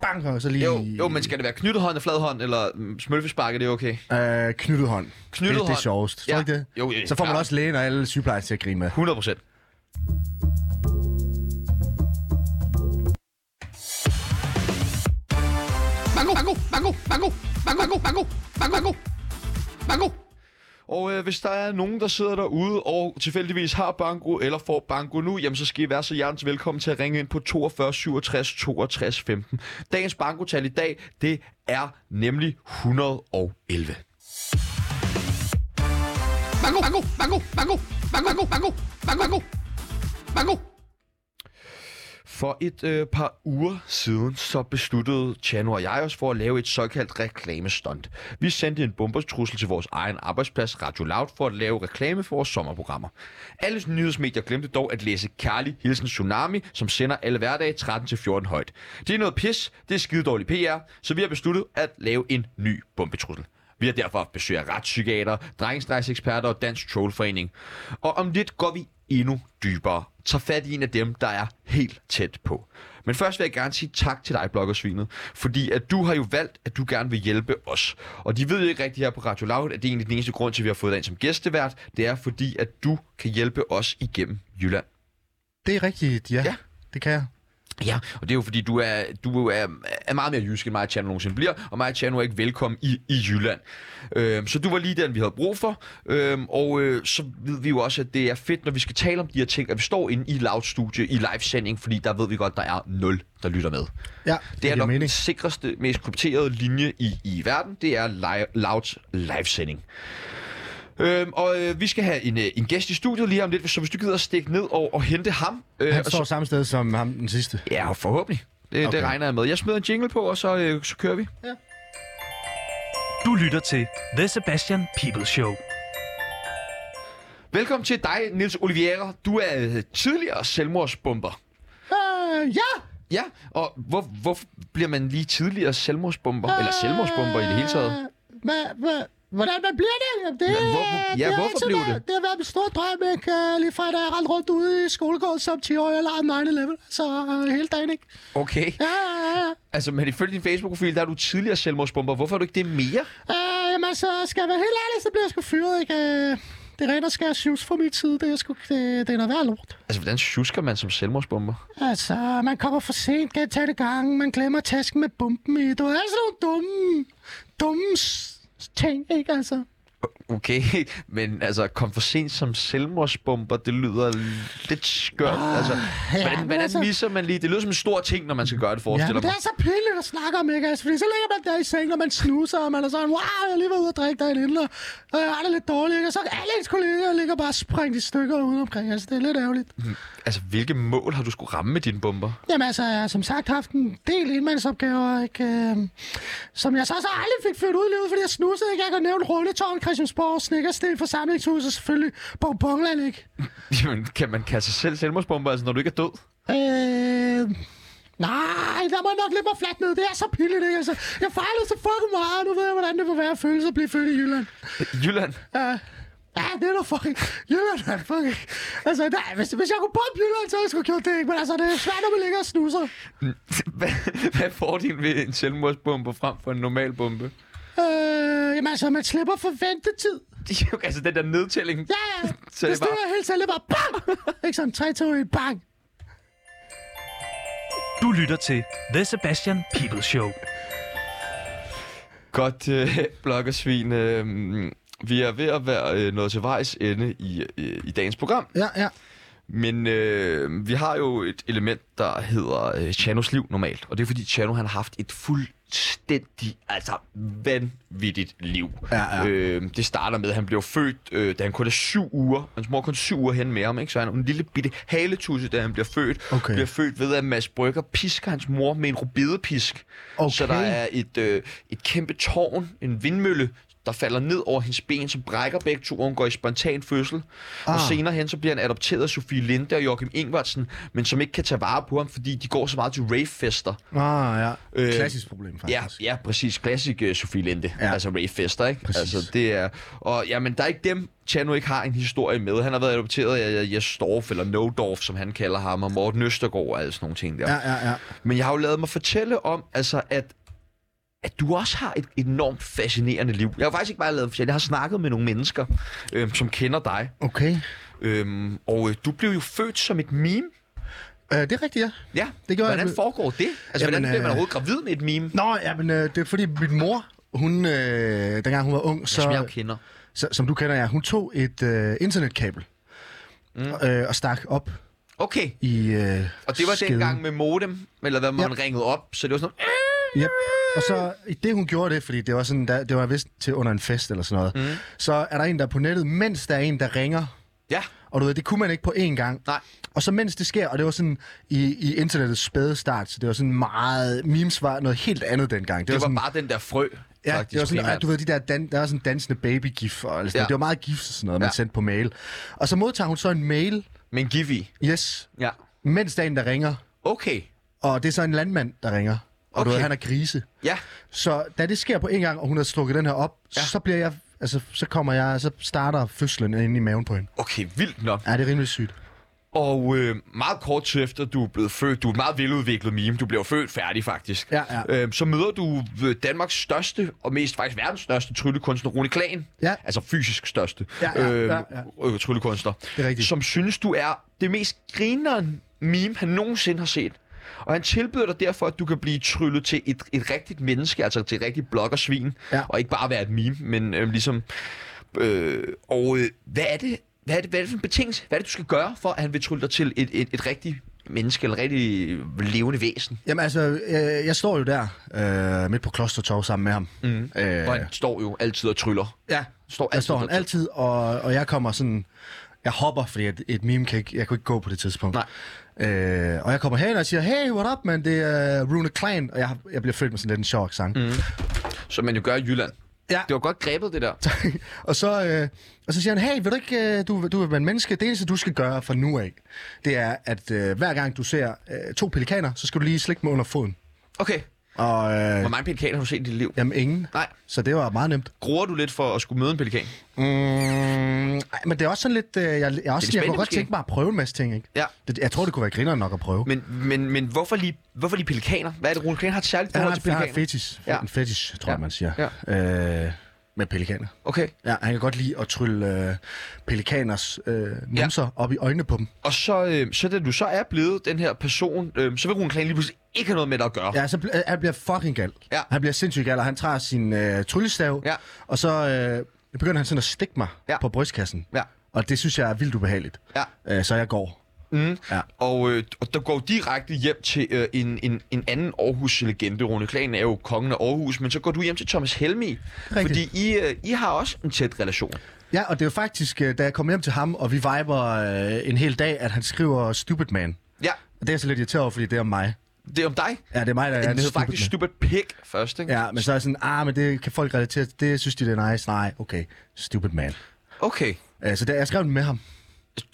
Bangkok, så lige...
Jo, jo, men skal det være knyttet hånd og flad hånd, eller mm, smølfespark, er det okay?
Øh, knyttet hånd.
Knyttet
det, det er
hånd.
sjovest. Tror
Ja.
ja. ikke det?
Jo, ja,
så får man
klart.
også lægen og alle sygeplejersker til at grine med.
100 procent. Mango, mango, mango, mango, mango, mango, mango, mango, mango, Og øh, hvis der er nogen, der sidder derude og tilfældigvis har banko eller får banko nu, jamen så skal I være så hjertens velkommen til at ringe ind på 42 67 62 15. Dagens bankotal i dag, det er nemlig 111. Bango, bango, bango, bango, bango, bango, bango, bango, bango. For et øh, par uger siden, så besluttede Chano og jeg os for at lave et såkaldt reklamestunt. Vi sendte en bombertrussel til vores egen arbejdsplads, Radio Loud, for at lave reklame for vores sommerprogrammer. Alle nyhedsmedier glemte dog at læse Kærlig Hilsen Tsunami, som sender alle hverdage 13-14 højt. Det er noget pis, det er skide dårlig PR, så vi har besluttet at lave en ny bombetrussel. Vi har derfor haft besøg af retspsykiater, drengestregseksperter og Dansk Trollforening. Og om lidt går vi endnu dybere. Tager fat i en af dem, der er helt tæt på. Men først vil jeg gerne sige tak til dig, bloggersvinet, fordi at du har jo valgt, at du gerne vil hjælpe os. Og de ved jo ikke rigtigt her på Radio Loud, at det er egentlig den eneste grund til, at vi har fået dig ind som gæstevært. Det er fordi, at du kan hjælpe os igennem Jylland.
Det er rigtigt, ja.
Ja.
ja. Det kan jeg.
Ja, og det er jo fordi, du er, du er, er meget mere jysk, end mig og Tjerno nogensinde bliver, og mig og Tjerno er ikke velkommen i, i Jylland. Øhm, så du var lige den, vi havde brug for, øhm, og øh, så ved vi jo også, at det er fedt, når vi skal tale om de her ting, at vi står inde i Loud Studio i livesending, fordi der ved vi godt, der er nul, der lytter med.
Ja,
Det er
giver
nok den
mening.
sikreste, mest krypterede linje i, i verden. Det er li- Louds livesending. Øhm, og øh, vi skal have en, øh, en gæst i studiet lige om lidt, så hvis du gider at stikke ned og, og hente ham. Øh,
Han
og
står samme sted som ham den sidste.
Ja, og forhåbentlig. Det, okay. det
Okay.
regner jeg med. Jeg smider en jingle på, og så, øh, så kører vi.
Du lytter til The Sebastian People Show.
Velkommen til dig, Nils Oliveira. Du er øh, tidligere selvmordsbomber.
Øh, ja!
Ja, og hvor, hvor bliver man lige tidligere selvmordsbomber? Eller selvmordsbomber i det hele taget?
Hvad, hvad, Øh, hvordan man bliver det? Jamen, det,
Men hvor- ja,
det,
hvorfor
altid
blev
været-
det?
Det har været min store drøm, ikke? Øh, Lige fra da jeg rendte rundt ude i skolegården som 10-årig eller 9-11. Så øh, hele dagen, ikke?
Okay.
Ja, ja, ja.
Altså, men ifølge din Facebook-profil, der er du tidligere selvmordsbomber. Hvorfor er du ikke det mere?
Øh, jamen altså, skal jeg være helt ærlig, så bliver jeg sgu fyret, ikke? Øh, Det rent og skæres shoes for min tid, det er, sgu, det, det er noget værd lort.
Altså, hvordan sjusker man som selvmordsbomber?
Altså, man kommer for sent gentagende gange, man glemmer tasken med bomben i. Du er altså nogle dumme, dumme s- ting, ikke altså?
Okay, men altså, kom for sent som selvmordsbomber, det lyder lidt skørt. Altså, hvordan,
Ah, men
hvordan
altså-
misser man lige? Det lyder som en stor ting, når man skal gøre det,
Ja,
forestiller
men det
mig.
er så pinligt at snakke om, ikke? Altså, fordi så ligger man der i sengen, og man snuser, og man er sådan, wow, jeg har lige været ude og drikke dagen inden, og, og jeg har Øh, det lidt dårligt, ikke? Og så er alle ens kolleger ligger bare sprængt i stykker ude omkring. Altså, det er lidt ærgerligt.
Altså, hvilke mål har du skulle ramme med dine bomber?
Jamen altså, jeg har som sagt haft en del indmandsopgaver, ikke? Øhm, som jeg så, så aldrig fik ført ud i livet, fordi jeg snusede, ikke? Jeg kan nævne Rundetårn, Christiansborg, Snickersten, Forsamlingshus og selvfølgelig Bonbonland, ikke?
Jamen, kan man kalde sig selv selvmordsbomber, altså når du ikke er død?
Øh... Nej, der må jeg nok lidt mig fladt ned. Det er så pinligt, ikke? Altså, jeg fejlede så fucking meget, og nu ved jeg, hvordan det må være at føle sig at blive født i Jylland.
I Jylland?
Ja, ja, det er da fucking... Jylland er fucking... Altså, der, hvis, hvis jeg kunne bombe Jylland, så havde jeg sgu gjort det, ikke? Men altså, det er svært, når man ligger og snuser.
Hvad, hvad er fordelen ved en selvmordsbomber frem for en normal bombe?
Øh, jamen altså, man slipper for ventetid.
altså, den der nedtælling.
Ja, ja.
Så
Så
er det
det
bare-
stiller helt selv, det er bare bang! Ikke sådan 3, 2, 1, bang!
Du lytter til The Sebastian People Show.
Godt, øh, bloggersvin. Øh, vi er ved at være øh, nået til vejs ende i, øh, i dagens program.
Ja, ja.
Men øh, vi har jo et element, der hedder øh, Chanos liv normalt. Og det er fordi Chano han har haft et fuldstændig, altså vanvittigt liv.
Ja, ja.
Øh, det starter med, at han blev født, øh, da han kun er syv uger. Hans mor er kun syv uger hen med ham, ikke? Så han er en lille bitte haletusse, da han bliver født.
Okay.
Bliver født ved, at Mads Brygger pisker hans mor med en rubidepisk.
Okay.
Så der er et, øh, et kæmpe tårn, en vindmølle, der falder ned over hendes ben, som brækker begge to, og hun går i spontan fødsel. Ah. Og senere hen, så bliver han adopteret af Sofie Linde og Joachim Ingvartsen, men som ikke kan tage vare på ham, fordi de går så meget til ravefester.
Ah, ja.
Øh,
Klassisk problem,
Ja,
faktisk.
ja, præcis. Klassik uh, Sofie Linde. Ja.
Ja.
Altså ravefester, ikke?
Præcis.
Altså, det er... Og jamen, der er ikke dem, Chano ikke har en historie med. Han har været adopteret af Jes Storff, eller Nodorf, som han kalder ham, og Morten Østergaard og alle sådan nogle ting der.
Ja, ja, ja.
Men jeg har jo lavet mig fortælle om, altså at at du også har et enormt fascinerende liv. Jeg har faktisk ikke bare lavet fortælle, jeg har snakket med nogle mennesker, øhm, som kender dig.
Okay.
Øhm, og øh, du blev jo født som et meme.
Øh, det er rigtigt, ja.
Ja,
Det gjorde jeg.
hvordan foregår det? Altså,
Jamen,
hvordan bliver man
øh,
overhovedet gravid med et meme?
Nå, ja, men øh, det er fordi min mor, hun, øh, dengang hun var ung, så...
Som jeg jo kender.
så, som du kender jer, hun tog et øh, internetkabel mm. øh, og stak op
Okay,
i øh,
og det var
skeden.
dengang med modem, eller hvad man
Ja.
ringede op, så det var sådan "Øh, noget,
Yep. Og så i det, hun gjorde det, fordi det var, sådan, der, det var vist til under en fest eller sådan noget, mm. så er der en, der er på nettet, mens der er en, der ringer.
ja,
Og du ved, det kunne man ikke på én gang.
Nej.
Og så mens det sker, og det var sådan i, i internettets spæde start, så det var sådan meget... Memes var noget helt andet dengang.
det var
sådan,
bare den der frø,
Ja,
faktisk.
det var sådan,
primært.
at, du ved, de der, dan- der var sådan dansende babygif, og alt sådan.
Ja.
Ja. det var meget gift og sådan noget, man
Ja.
ja. sendte på mail. Og så modtager hun så en mail,
Men giv i.
yes,
Ja,
mens der er en, der ringer,
okay. Og
Og det er så en landmand, der ringer. Og okay. du
Okay.
ved, han er grise.
Ja,
Så da det sker på en gang, og hun har strukket den her op, ja. så bliver jeg... Altså, så kommer jeg, så starter fødslen inde i maven på hende.
okay, vildt nok.
Ja, det er rimelig sygt.
Og øh, meget kort tid efter, du er blevet født, du er et meget veludviklet meme, du bliver født færdig faktisk.
Ja, ja.
Øh, så møder du øh, Danmarks største, og mest faktisk verdens største tryllekunstner, Rune Klan.
Ja.
Altså fysisk største
Ja, ja, ja,
Øh, tryllekunstner.
Det er rigtigt.
Som synes, du er det mest grineren meme, han nogensinde har set. Og han tilbyder dig derfor, at du kan blive tryllet til et, et rigtigt menneske, altså til et rigtigt bloggersvin,
Ja.
og ikke bare være et meme, men øh, ligesom Øh, og øh, hvad, er det, hvad, er det, hvad er det for en betingelse? Hvad er det, du skal gøre, for at han vil trylle dig til et, et, et rigtigt menneske, eller et rigtig levende væsen?
Jamen altså, øh, jeg står jo der øh, midt på Klostertorv sammen med ham. Mm. Øh,
Øh. Og han står jo altid og tryller.
ja,
Står
der står
og
han
tryller.
altid, og, og jeg kommer sådan... Jeg hopper, fordi et, et meme kan ikke, jeg kunne ikke gå på det tidspunkt.
Nej.
Øh, og jeg kommer hen og siger, hey, what up, man? Det er øh, Rune Klan. Og jeg, har- jeg bliver født med sådan lidt en sjov accent.
Mhm.
Mm.
Som man jo gør i Jylland.
Ja.
Det var godt grebet, det der.
og, så, øh, og så siger han, hey, vil du ikke, øh, du, du vil være en menneske, det eneste, du skal gøre fra nu af, det er, at øh, hver gang du ser øh, to pelikaner, så skal du lige slikke dem under foden.
Okay.
Og øh,
Hvor mange pelikaner har du set i dit liv?
jamen ingen.
Nej.
Så det var meget nemt.
Gruer du lidt for at skulle møde en pelikan?
Mm, ej, men det er også sådan lidt, øh, jeg, jeg, er også,
lidt
jeg kunne
spændende
godt
måske.
tænke mig at prøve en masse ting, ikke?
Ja.
Det, jeg tror, det kunne være griner nok at prøve.
Men, men, men hvorfor, lige, hvorfor lige pelikaner? Hvad er det, Rune Klan har et særligt
jeg har,
forhold til
en- jeg har
pelikaner?
en fetish,
Ja.
ja. en fetish, tror
Ja.
jeg, man siger, ja. øh, med pelikaner.
Okay.
Ja, han kan godt lide at trylle øh, pelikaners øh, numser ja. op i øjnene på dem.
Og så, øh, så da du så er blevet den her person, øh, så vil Rune Klan lige pludselig ikke have noget med dig at gøre.
Ja, så bl- øh, han bliver fucking gal.
Ja.
Han bliver sindssygt gal, og han tager sin øh, tryllestav,
Ja.
og så øh, begynder han sådan at stikke mig
Ja.
ja. på brystkassen.
Ja.
Og det synes jeg er vildt ubehageligt.
Ja.
Øh, så jeg går.
Og, øh, og der går direkte hjem til øh, en, en, en anden Aarhus-legende. Rune Klagen er jo kongen af Aarhus, men så går du hjem til Thomas Helmi, fordi
Rigtigt.
I, øh, I har også en tæt relation.
Ja, og det er jo faktisk, øh, da jeg kom hjem til ham, og vi viber øh, en hel dag, at han skriver Stupid Man.
Ja,
Og det er jeg så lidt irriteret over, fordi det er om mig.
det er om dig.
Ja, det er mig, der
Ja,
er
den
en
hedder
stupid
faktisk
man.
Stupid Pig først, ikke?
Ja, men så er jeg sådan, ah, men det kan folk relatere til. Det synes de, det er nice. Nej, okay. Stupid Man.
Okay.
Øh, så der, jeg skrev den med ham.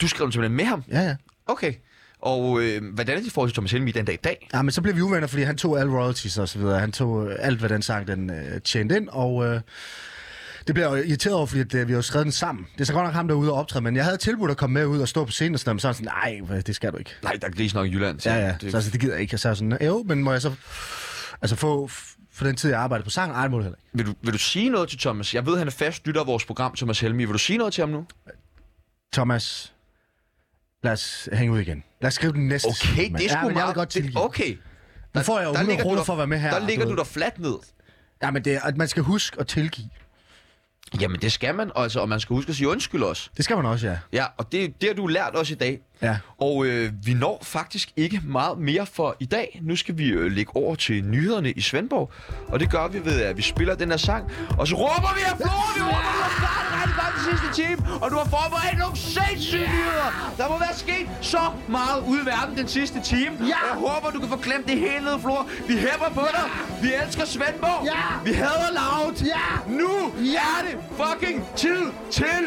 Du skrev den simpelthen med ham?
Ja, ja.
Okay. Og øh, hvordan er dit forhold til Thomas Helmi den dag i dag?
Ja, men så blev vi uvenner, fordi han tog alle royalties og så videre. Han tog øh, alt, hvad den sang, den øh, tjente ind, og øh, det blev jeg jo irriteret over, fordi at, øh, vi har jo skrevet den sammen. Det er så godt nok ham, der er ude og optræde, men jeg havde tilbudt at komme med ud og stå på scenen, og sådan, noget, men så er han sådan, nej, hvad, det skal du ikke.
Nej, der er gris nok i Jylland. så
Ja, ja,
Det,
så altså, det gider jeg ikke. Og så er jeg sådan, jo, men må jeg så altså, få f- for den tid, jeg arbejder på sang? Ej, det må du heller ikke.
vil, du, vil du sige noget til Thomas? Jeg ved, han er fast lytter af vores program, Thomas Helmi. Vil du sige noget til ham nu?
Thomas, lad os hænge ud igen. Lad os skrive den næste.
Okay,
sang, mand.
det er sgu
ja, men jeg vil
meget...
godt
det,
tilgive.
okay.
Nu får jeg jo 100
ligger du
kroner
dig-
for at være med her,
Der ligger
du
du
ved.
der fladt ned.
Ja, men det er, at man skal huske at tilgive.
Jamen det skal man, og altså, og man skal huske at sige undskyld også.
Det skal man også, ja.
Ja, og det, det har du lært os i dag.
Ja.
Og øh, vi når faktisk ikke meget mere for i dag. Nu skal vi øh, lægge over til nyhederne i Svendborg. Og det gør vi ved, at vi spiller den her sang. Og så råber vi af floden! Vi råber ud af starten rigtig meget den sidste time. Og du har forberedt nogle sindssyge nyheder. Der må være sket så meget ude i verden den sidste time. Ja. Og jeg håber, du kan få klemt det hele ned, Flor. Vi hæpper på dig. Vi elsker Svendborg. Ja. Vi hader Loud. Ja. Nu ja. er det fucking tid til